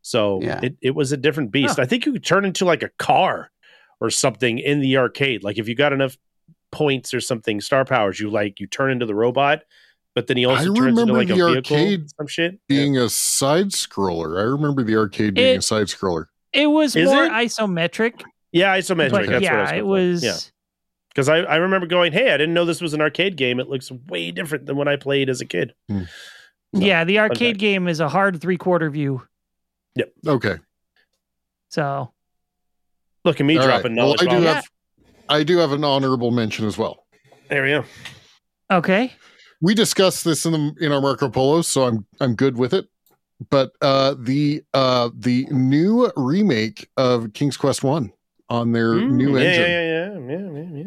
Speaker 4: So
Speaker 3: Yeah.
Speaker 4: it, it was a different beast. I think you could turn into like a car or something in the arcade. Like if you got enough points or something, star powers, you like you turn into the robot, but then he also
Speaker 2: I
Speaker 4: turns into
Speaker 2: remember
Speaker 4: like a
Speaker 2: the
Speaker 4: vehicle,
Speaker 2: arcade
Speaker 4: some shit.
Speaker 2: Being a side scroller, I remember the arcade being
Speaker 1: It-
Speaker 2: a side scroller.
Speaker 1: It was
Speaker 4: Is
Speaker 1: more
Speaker 4: it?
Speaker 1: isometric,
Speaker 4: yeah, isometric.
Speaker 1: but
Speaker 4: That's
Speaker 1: yeah,
Speaker 4: what I
Speaker 1: it
Speaker 4: was.
Speaker 1: was.
Speaker 4: looking for. Yeah. because I, I remember going, hey, I didn't know this was an arcade game. It looks way different than when I played as a kid. So,
Speaker 1: yeah, the arcade
Speaker 4: fact.
Speaker 1: game is a hard three quarter view,
Speaker 2: Okay,
Speaker 1: so
Speaker 4: Look at me
Speaker 2: all right.
Speaker 4: dropping knowledge.
Speaker 2: Well, I do
Speaker 4: bombs.
Speaker 1: Yeah.
Speaker 2: have. I do have an honorable mention as well.
Speaker 4: There we go.
Speaker 1: okay.
Speaker 2: we discussed this in the in our Marco Polo, so I'm I'm good with it. But uh, the uh, the new remake of King's Quest One on their
Speaker 4: Mm,
Speaker 2: new
Speaker 4: yeah,
Speaker 2: engine.
Speaker 4: Yeah, yeah, yeah, yeah, yeah,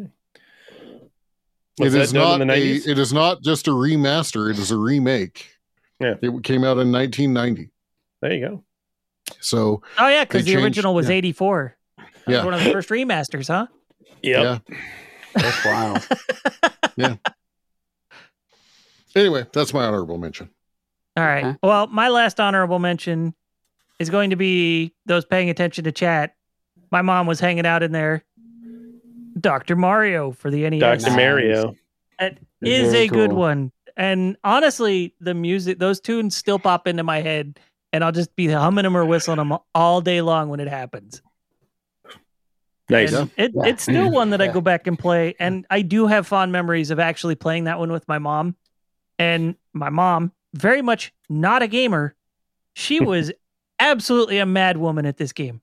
Speaker 4: yeah. Was
Speaker 2: It
Speaker 4: that
Speaker 2: is
Speaker 4: done
Speaker 2: not
Speaker 4: in the
Speaker 2: a,
Speaker 4: 90s?
Speaker 2: it is not just a remaster. It is a remake.
Speaker 4: Yeah.
Speaker 2: it came out in 1990.
Speaker 4: there you go.
Speaker 2: So
Speaker 1: Oh yeah, because the
Speaker 2: They changed-
Speaker 1: original was
Speaker 2: yeah.
Speaker 1: eighty four.
Speaker 2: Yeah.
Speaker 1: one of the first remasters, huh?
Speaker 4: Yep.
Speaker 2: yeah.
Speaker 3: That's wild.
Speaker 2: Anyway, that's my honorable mention.
Speaker 1: All right.
Speaker 3: Okay.
Speaker 1: Well, my last honorable mention is going to be those paying attention to chat. My mom was hanging out in there. Dr. Mario for the NES.
Speaker 4: Dr.
Speaker 3: Nice.
Speaker 4: Mario.
Speaker 1: That is
Speaker 3: Very
Speaker 1: a good
Speaker 3: cool.
Speaker 1: one. And honestly, the music, those tunes still pop into my head, and I'll just be humming them or whistling them all day long when it happens.
Speaker 4: Nice.
Speaker 1: And it,
Speaker 3: Yeah.
Speaker 1: It's still one that I
Speaker 3: Yeah.
Speaker 1: go back and play. And I do have fond memories of actually playing that one with my mom. And my mom, very much not a gamer,
Speaker 3: [LAUGHS]
Speaker 1: she was absolutely a mad woman at this game.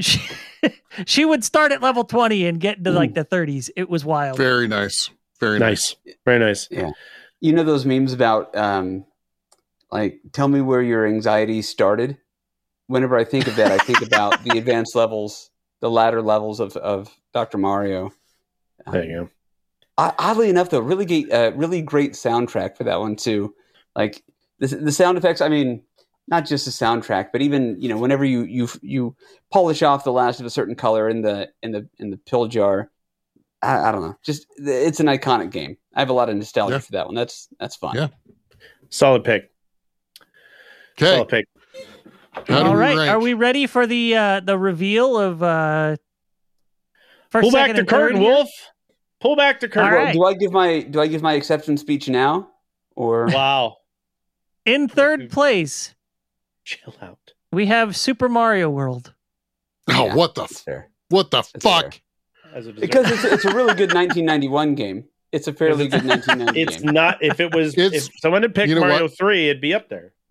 Speaker 1: She, [LAUGHS] she would start at level 20 and get into like the 30s. It was wild.
Speaker 2: Very nice. Very nice.
Speaker 4: Nice. Very nice.
Speaker 3: you know those memes about, um, like, tell me where your anxiety started? Whenever I think of that, I think about
Speaker 4: [LAUGHS]
Speaker 3: the advanced levels, the latter levels of, of Dr. Mario.
Speaker 4: There you go.
Speaker 3: O- oddly enough, though, really great, uh, really great soundtrack for that one too. Like the the sound effects. I mean, not just the soundtrack, but even you know, whenever you you you polish off the last of a certain color in the in the in the pill jar. I, I don't know. Just the- it's an iconic game. I have a lot of nostalgia
Speaker 2: Yeah.
Speaker 3: for that one. That's that's fun.
Speaker 2: Yeah.
Speaker 4: Solid pick.
Speaker 2: Okay.
Speaker 4: Solid pick.
Speaker 2: How do
Speaker 1: all
Speaker 2: we
Speaker 1: right.
Speaker 2: rank?
Speaker 1: Are we ready for the uh, the reveal of uh, first,
Speaker 4: Pull back
Speaker 1: second,
Speaker 4: the
Speaker 1: and third
Speaker 4: curtain,
Speaker 1: here?
Speaker 4: Wolf. Pull back the curtain.
Speaker 1: All right.
Speaker 3: Do I give my do I give my exception speech now or
Speaker 4: Wow. [LAUGHS]
Speaker 1: In third place,
Speaker 4: Chill out.
Speaker 1: we have Super Mario World.
Speaker 2: Oh,
Speaker 3: Yeah.
Speaker 2: what the
Speaker 3: That's
Speaker 2: f-
Speaker 3: fair.
Speaker 2: what the
Speaker 3: That's
Speaker 2: fuck?
Speaker 4: As a dessert.
Speaker 3: because it's it's a really good 1991 game. It's a fairly good 1990
Speaker 4: [LAUGHS] it's
Speaker 3: game.
Speaker 4: not if it was
Speaker 2: It's-
Speaker 4: if someone had picked
Speaker 2: you know
Speaker 4: Mario
Speaker 2: what?
Speaker 4: 3, it'd be up there. [LAUGHS]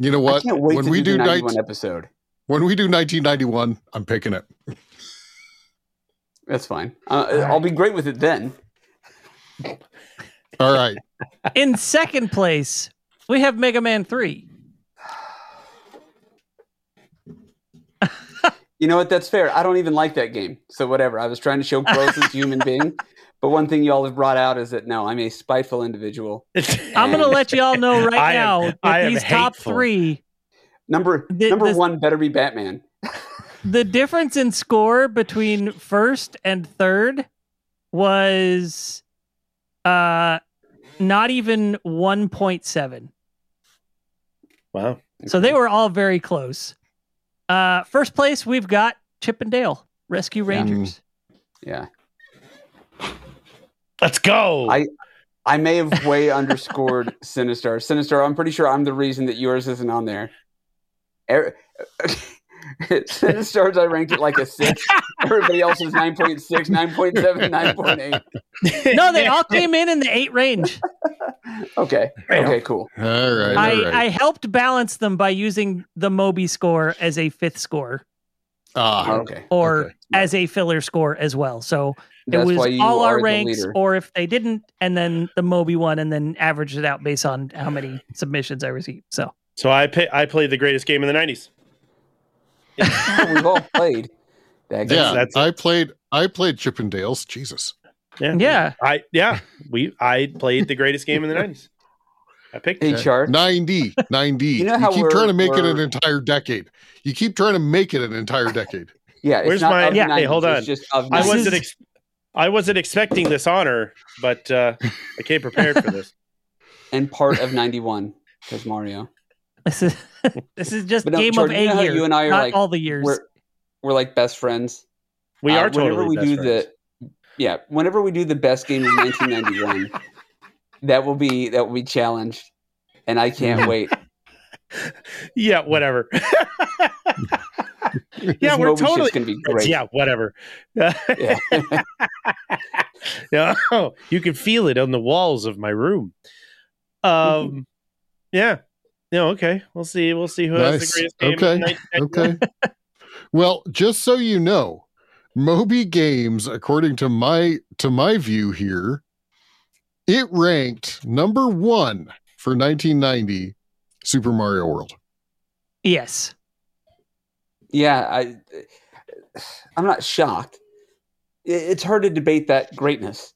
Speaker 2: You know
Speaker 3: I
Speaker 2: what?
Speaker 3: can't wait
Speaker 2: When
Speaker 3: to
Speaker 2: we
Speaker 3: do
Speaker 2: do
Speaker 3: the 91
Speaker 2: night-
Speaker 3: episode.
Speaker 2: When we do 1991, I'm picking it.
Speaker 3: That's fine. Uh, I'll be great with it then.
Speaker 2: All right.
Speaker 1: In second place, we have Mega Man 3.
Speaker 3: You know what? That's fair. I don't even like that game. So whatever. I was trying to show growth as a human
Speaker 1: [LAUGHS]
Speaker 3: being. But one thing y'all have brought out is that no, I'm a spiteful individual.
Speaker 1: Um, I'm going to let you all know right
Speaker 4: [LAUGHS] I am-
Speaker 1: now that
Speaker 4: I am
Speaker 1: these top
Speaker 4: hateful.
Speaker 1: three
Speaker 3: Number
Speaker 1: Th-
Speaker 3: number
Speaker 1: this-
Speaker 3: one better be Batman.
Speaker 1: the difference in score between first and third was uh not even 1.7
Speaker 4: Wow.
Speaker 1: so they were all very close uh first place we've got chip and dale rescue rangers
Speaker 3: Yeah,
Speaker 4: Let's go.
Speaker 3: I- I may have
Speaker 1: [LAUGHS]
Speaker 3: way underscored Sinister. Sinister, I'm pretty sure I'm the reason that yours isn't on there. Er- [LAUGHS] Sinister's, I ranked it like a six. Everybody else is 9.6, 9.7, 9.8.
Speaker 1: no
Speaker 4: [LAUGHS]
Speaker 1: they all came in in the eight range
Speaker 3: Okay. Okay, cool.
Speaker 2: All right.
Speaker 1: I,
Speaker 2: all right.
Speaker 1: I helped balance them by using the moby score as a fifth score
Speaker 2: Ah,
Speaker 3: Okay.
Speaker 1: or
Speaker 2: Okay.
Speaker 1: as a filler score as well so
Speaker 3: That's
Speaker 1: it
Speaker 3: why
Speaker 1: was
Speaker 3: you
Speaker 1: all
Speaker 3: are
Speaker 1: our
Speaker 3: the
Speaker 1: ranks,
Speaker 3: leader.
Speaker 1: or if they didn't, and then the Moby one, and then averaged it out based on how many submissions I received. So
Speaker 4: so I pay, I played the greatest game in the 90s.
Speaker 3: [LAUGHS] We've all played that game.
Speaker 2: yeah.
Speaker 4: that's it.
Speaker 2: I played. I played Chip and Dale's. Jesus.
Speaker 4: Yeah.
Speaker 1: yeah, [LAUGHS]
Speaker 4: I yeah, we I played the greatest game in the 90s. I picked it.
Speaker 3: Hey, Char.
Speaker 2: Nine
Speaker 3: [LAUGHS]
Speaker 2: D. Nine D.
Speaker 3: You know how
Speaker 2: keep
Speaker 3: we're-
Speaker 2: trying to make it an
Speaker 3: we're-
Speaker 2: entire decade. You keep trying to make it an entire
Speaker 1: [LAUGHS]
Speaker 2: decade.
Speaker 3: Yeah, it's
Speaker 4: Where's
Speaker 3: not
Speaker 4: my-
Speaker 3: of
Speaker 4: Yeah.
Speaker 3: 90s,
Speaker 4: Hey, hold
Speaker 3: it's
Speaker 4: on.
Speaker 3: just of
Speaker 4: I
Speaker 3: 90s.
Speaker 4: wasn't
Speaker 1: is-
Speaker 4: ex- I wasn't expecting this honor, but uh, I came prepared for this.
Speaker 3: and part of 91 because Mario.
Speaker 1: this is [LAUGHS] this is just
Speaker 3: But no,
Speaker 1: game
Speaker 3: Jordan,
Speaker 1: of
Speaker 3: you know
Speaker 1: a
Speaker 3: how
Speaker 1: year,
Speaker 3: you and I are
Speaker 1: not
Speaker 3: like,
Speaker 1: all the years.
Speaker 3: We're we're like best friends.
Speaker 4: We
Speaker 3: Uh,
Speaker 4: are totally best friends.
Speaker 3: the yeah, whenever we do the best game of
Speaker 4: [LAUGHS]
Speaker 3: 1991, that will be that will be challenged, and I can't wait.
Speaker 4: Yeah, whatever. [LAUGHS] yeah,
Speaker 3: This Moby
Speaker 4: we're
Speaker 3: shit's
Speaker 4: totally
Speaker 3: gonna be great.
Speaker 4: Yeah, whatever. [LAUGHS]
Speaker 3: Yeah.
Speaker 4: Yeah, you can feel it on the walls of my room. Um, yeah. No, okay. We'll see. We'll see who has
Speaker 2: Nice.
Speaker 4: the greatest game.
Speaker 2: Okay.
Speaker 4: in 1991.
Speaker 2: Okay. well, just so you know, Moby Games, according to my to my view here, it ranked number one for 1990 Super Mario World.
Speaker 1: yes,
Speaker 3: yeah, I I'm not shocked. I- It's hard to debate that greatness.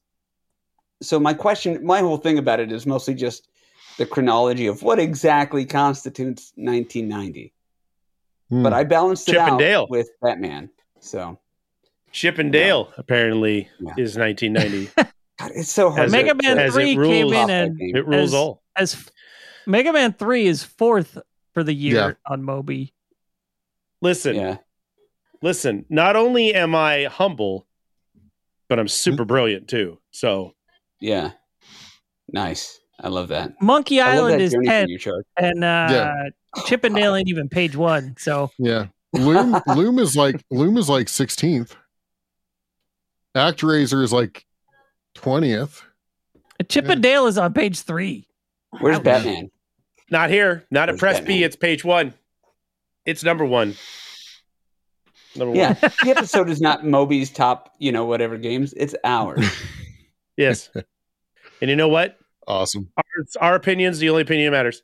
Speaker 3: So my question, my whole thing about it is mostly just the chronology of what exactly constitutes 1990.
Speaker 2: Hmm.
Speaker 3: But I balanced it
Speaker 4: Chip and
Speaker 3: out
Speaker 4: Dale.
Speaker 3: with Batman. So
Speaker 4: Chip and Dale apparently
Speaker 3: Yeah.
Speaker 4: is 1990.
Speaker 3: God, it's so hard.
Speaker 4: As
Speaker 1: Mega
Speaker 4: it-
Speaker 1: Man
Speaker 4: as it
Speaker 1: Three came in
Speaker 4: rules.
Speaker 3: top
Speaker 1: and
Speaker 3: that game.
Speaker 4: it rules
Speaker 1: As-
Speaker 4: all.
Speaker 1: as f- Mega Man Three is fourth for the year
Speaker 2: Yeah.
Speaker 1: on Moby.
Speaker 4: Listen,
Speaker 3: yeah.
Speaker 4: listen. Not only am I humble, but I'm super
Speaker 3: Mm-hmm.
Speaker 4: brilliant too. So
Speaker 3: Yeah. Nice. I love that.
Speaker 1: Monkey
Speaker 3: I love
Speaker 1: Island
Speaker 3: that
Speaker 1: is
Speaker 3: journey for
Speaker 1: ten,
Speaker 3: you, Char.
Speaker 1: and uh,
Speaker 2: Yeah.
Speaker 1: Chip and Dale ain't even page one.
Speaker 3: [LAUGHS]
Speaker 1: So [LAUGHS]
Speaker 2: yeah. Loom Loom is like Loom is like 16th. ActRaiser is like 20th.
Speaker 1: Chip
Speaker 2: Yeah.
Speaker 1: and Dale is on page three.
Speaker 3: Where's
Speaker 1: Ouch.
Speaker 3: Batman?
Speaker 4: not here. Not at
Speaker 3: Where's
Speaker 4: press B.
Speaker 3: Batman?
Speaker 4: It's page one. It's number one. Number
Speaker 3: Yeah.
Speaker 4: one.
Speaker 3: The episode is not Moby's top, you know, whatever games. It's ours. [LAUGHS]
Speaker 4: Yes. and you know what?
Speaker 2: Awesome.
Speaker 4: Our, our opinion's the only opinion that matters.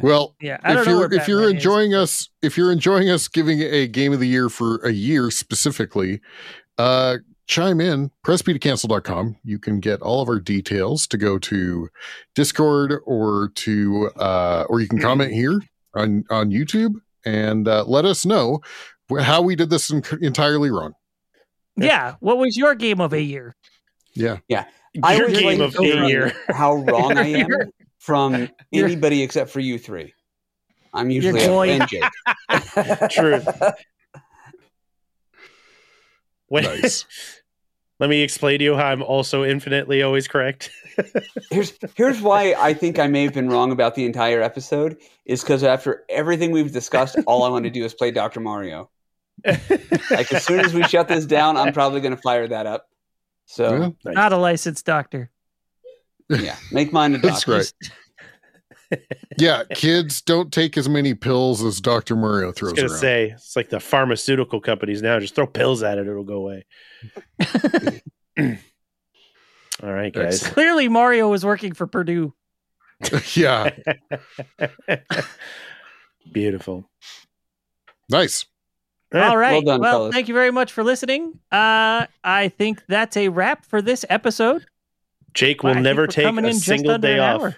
Speaker 2: Well,
Speaker 1: Yeah, I don't
Speaker 2: if
Speaker 1: know where
Speaker 2: you're if you're
Speaker 1: Batman is.
Speaker 2: enjoying us if you're enjoying us giving a game of the year for a year specifically uh chime in pressbtocancel.com you can get all of our details to go to discord or to uh or you can
Speaker 1: Mm-hmm.
Speaker 2: comment here on on youtube and uh, let us know wh- how we did this en- entirely wrong
Speaker 1: yeah, what was your game of a year?
Speaker 3: I
Speaker 4: Your
Speaker 3: would
Speaker 4: game
Speaker 3: like
Speaker 4: of
Speaker 3: to
Speaker 4: a
Speaker 3: learn
Speaker 4: year.
Speaker 3: [LAUGHS] How wrong I am from
Speaker 1: you're-
Speaker 3: anybody except for you three. I'm
Speaker 1: You're
Speaker 3: usually
Speaker 1: coy.
Speaker 4: [LAUGHS]
Speaker 3: up and Jake.
Speaker 4: Truth. Wait,
Speaker 2: Nice.
Speaker 4: [LAUGHS] let me explain to you how I'm also infinitely always correct.
Speaker 3: [LAUGHS] Here's here's why I think I may have been wrong about the entire episode is because after everything we've discussed, all I want to do is play Doctor Mario.
Speaker 4: [LAUGHS]
Speaker 3: Like as soon as we shut this down, I'm probably going to fire that up. So
Speaker 2: Yeah.
Speaker 3: yeah,
Speaker 1: Not a licensed doctor.
Speaker 3: make mine a
Speaker 2: That's
Speaker 3: doctor.
Speaker 2: right. yeah kids don't take as many pills as dr mario
Speaker 4: I was
Speaker 2: throws
Speaker 4: gonna
Speaker 2: around
Speaker 4: say it's like the pharmaceutical companies now just throw pills at it; it'll go
Speaker 1: [LAUGHS]
Speaker 4: away. [CLEARS THROAT] All right, guys.
Speaker 1: Clearly, Mario was working for Purdue.
Speaker 2: yeah
Speaker 4: Beautiful. Eh,
Speaker 2: nice
Speaker 1: All right. Well,
Speaker 3: done, fellas.
Speaker 1: thank you very much for listening. Uh, I think that's a wrap for this episode.
Speaker 4: Jake
Speaker 1: I
Speaker 4: will
Speaker 1: think
Speaker 4: never
Speaker 1: we're
Speaker 4: take
Speaker 1: coming
Speaker 4: a
Speaker 1: in just
Speaker 4: single
Speaker 1: under
Speaker 4: day
Speaker 1: an
Speaker 4: off
Speaker 1: hour.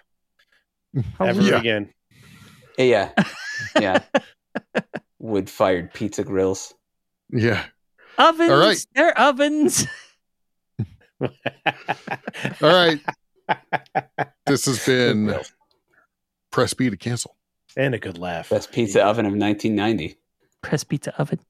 Speaker 4: ever
Speaker 1: [LAUGHS] Holy-
Speaker 2: Yeah.
Speaker 4: again. [LAUGHS]
Speaker 3: Yeah, yeah. yeah. Wood fired pizza grills.
Speaker 2: Yeah.
Speaker 1: Ovens.
Speaker 2: All right.
Speaker 1: They're ovens. [LAUGHS]
Speaker 2: All
Speaker 4: [LAUGHS]
Speaker 2: right. This has been Press B to cancel.
Speaker 4: and a good laugh.
Speaker 3: Best pizza oven of 1990.
Speaker 1: Press pizza oven.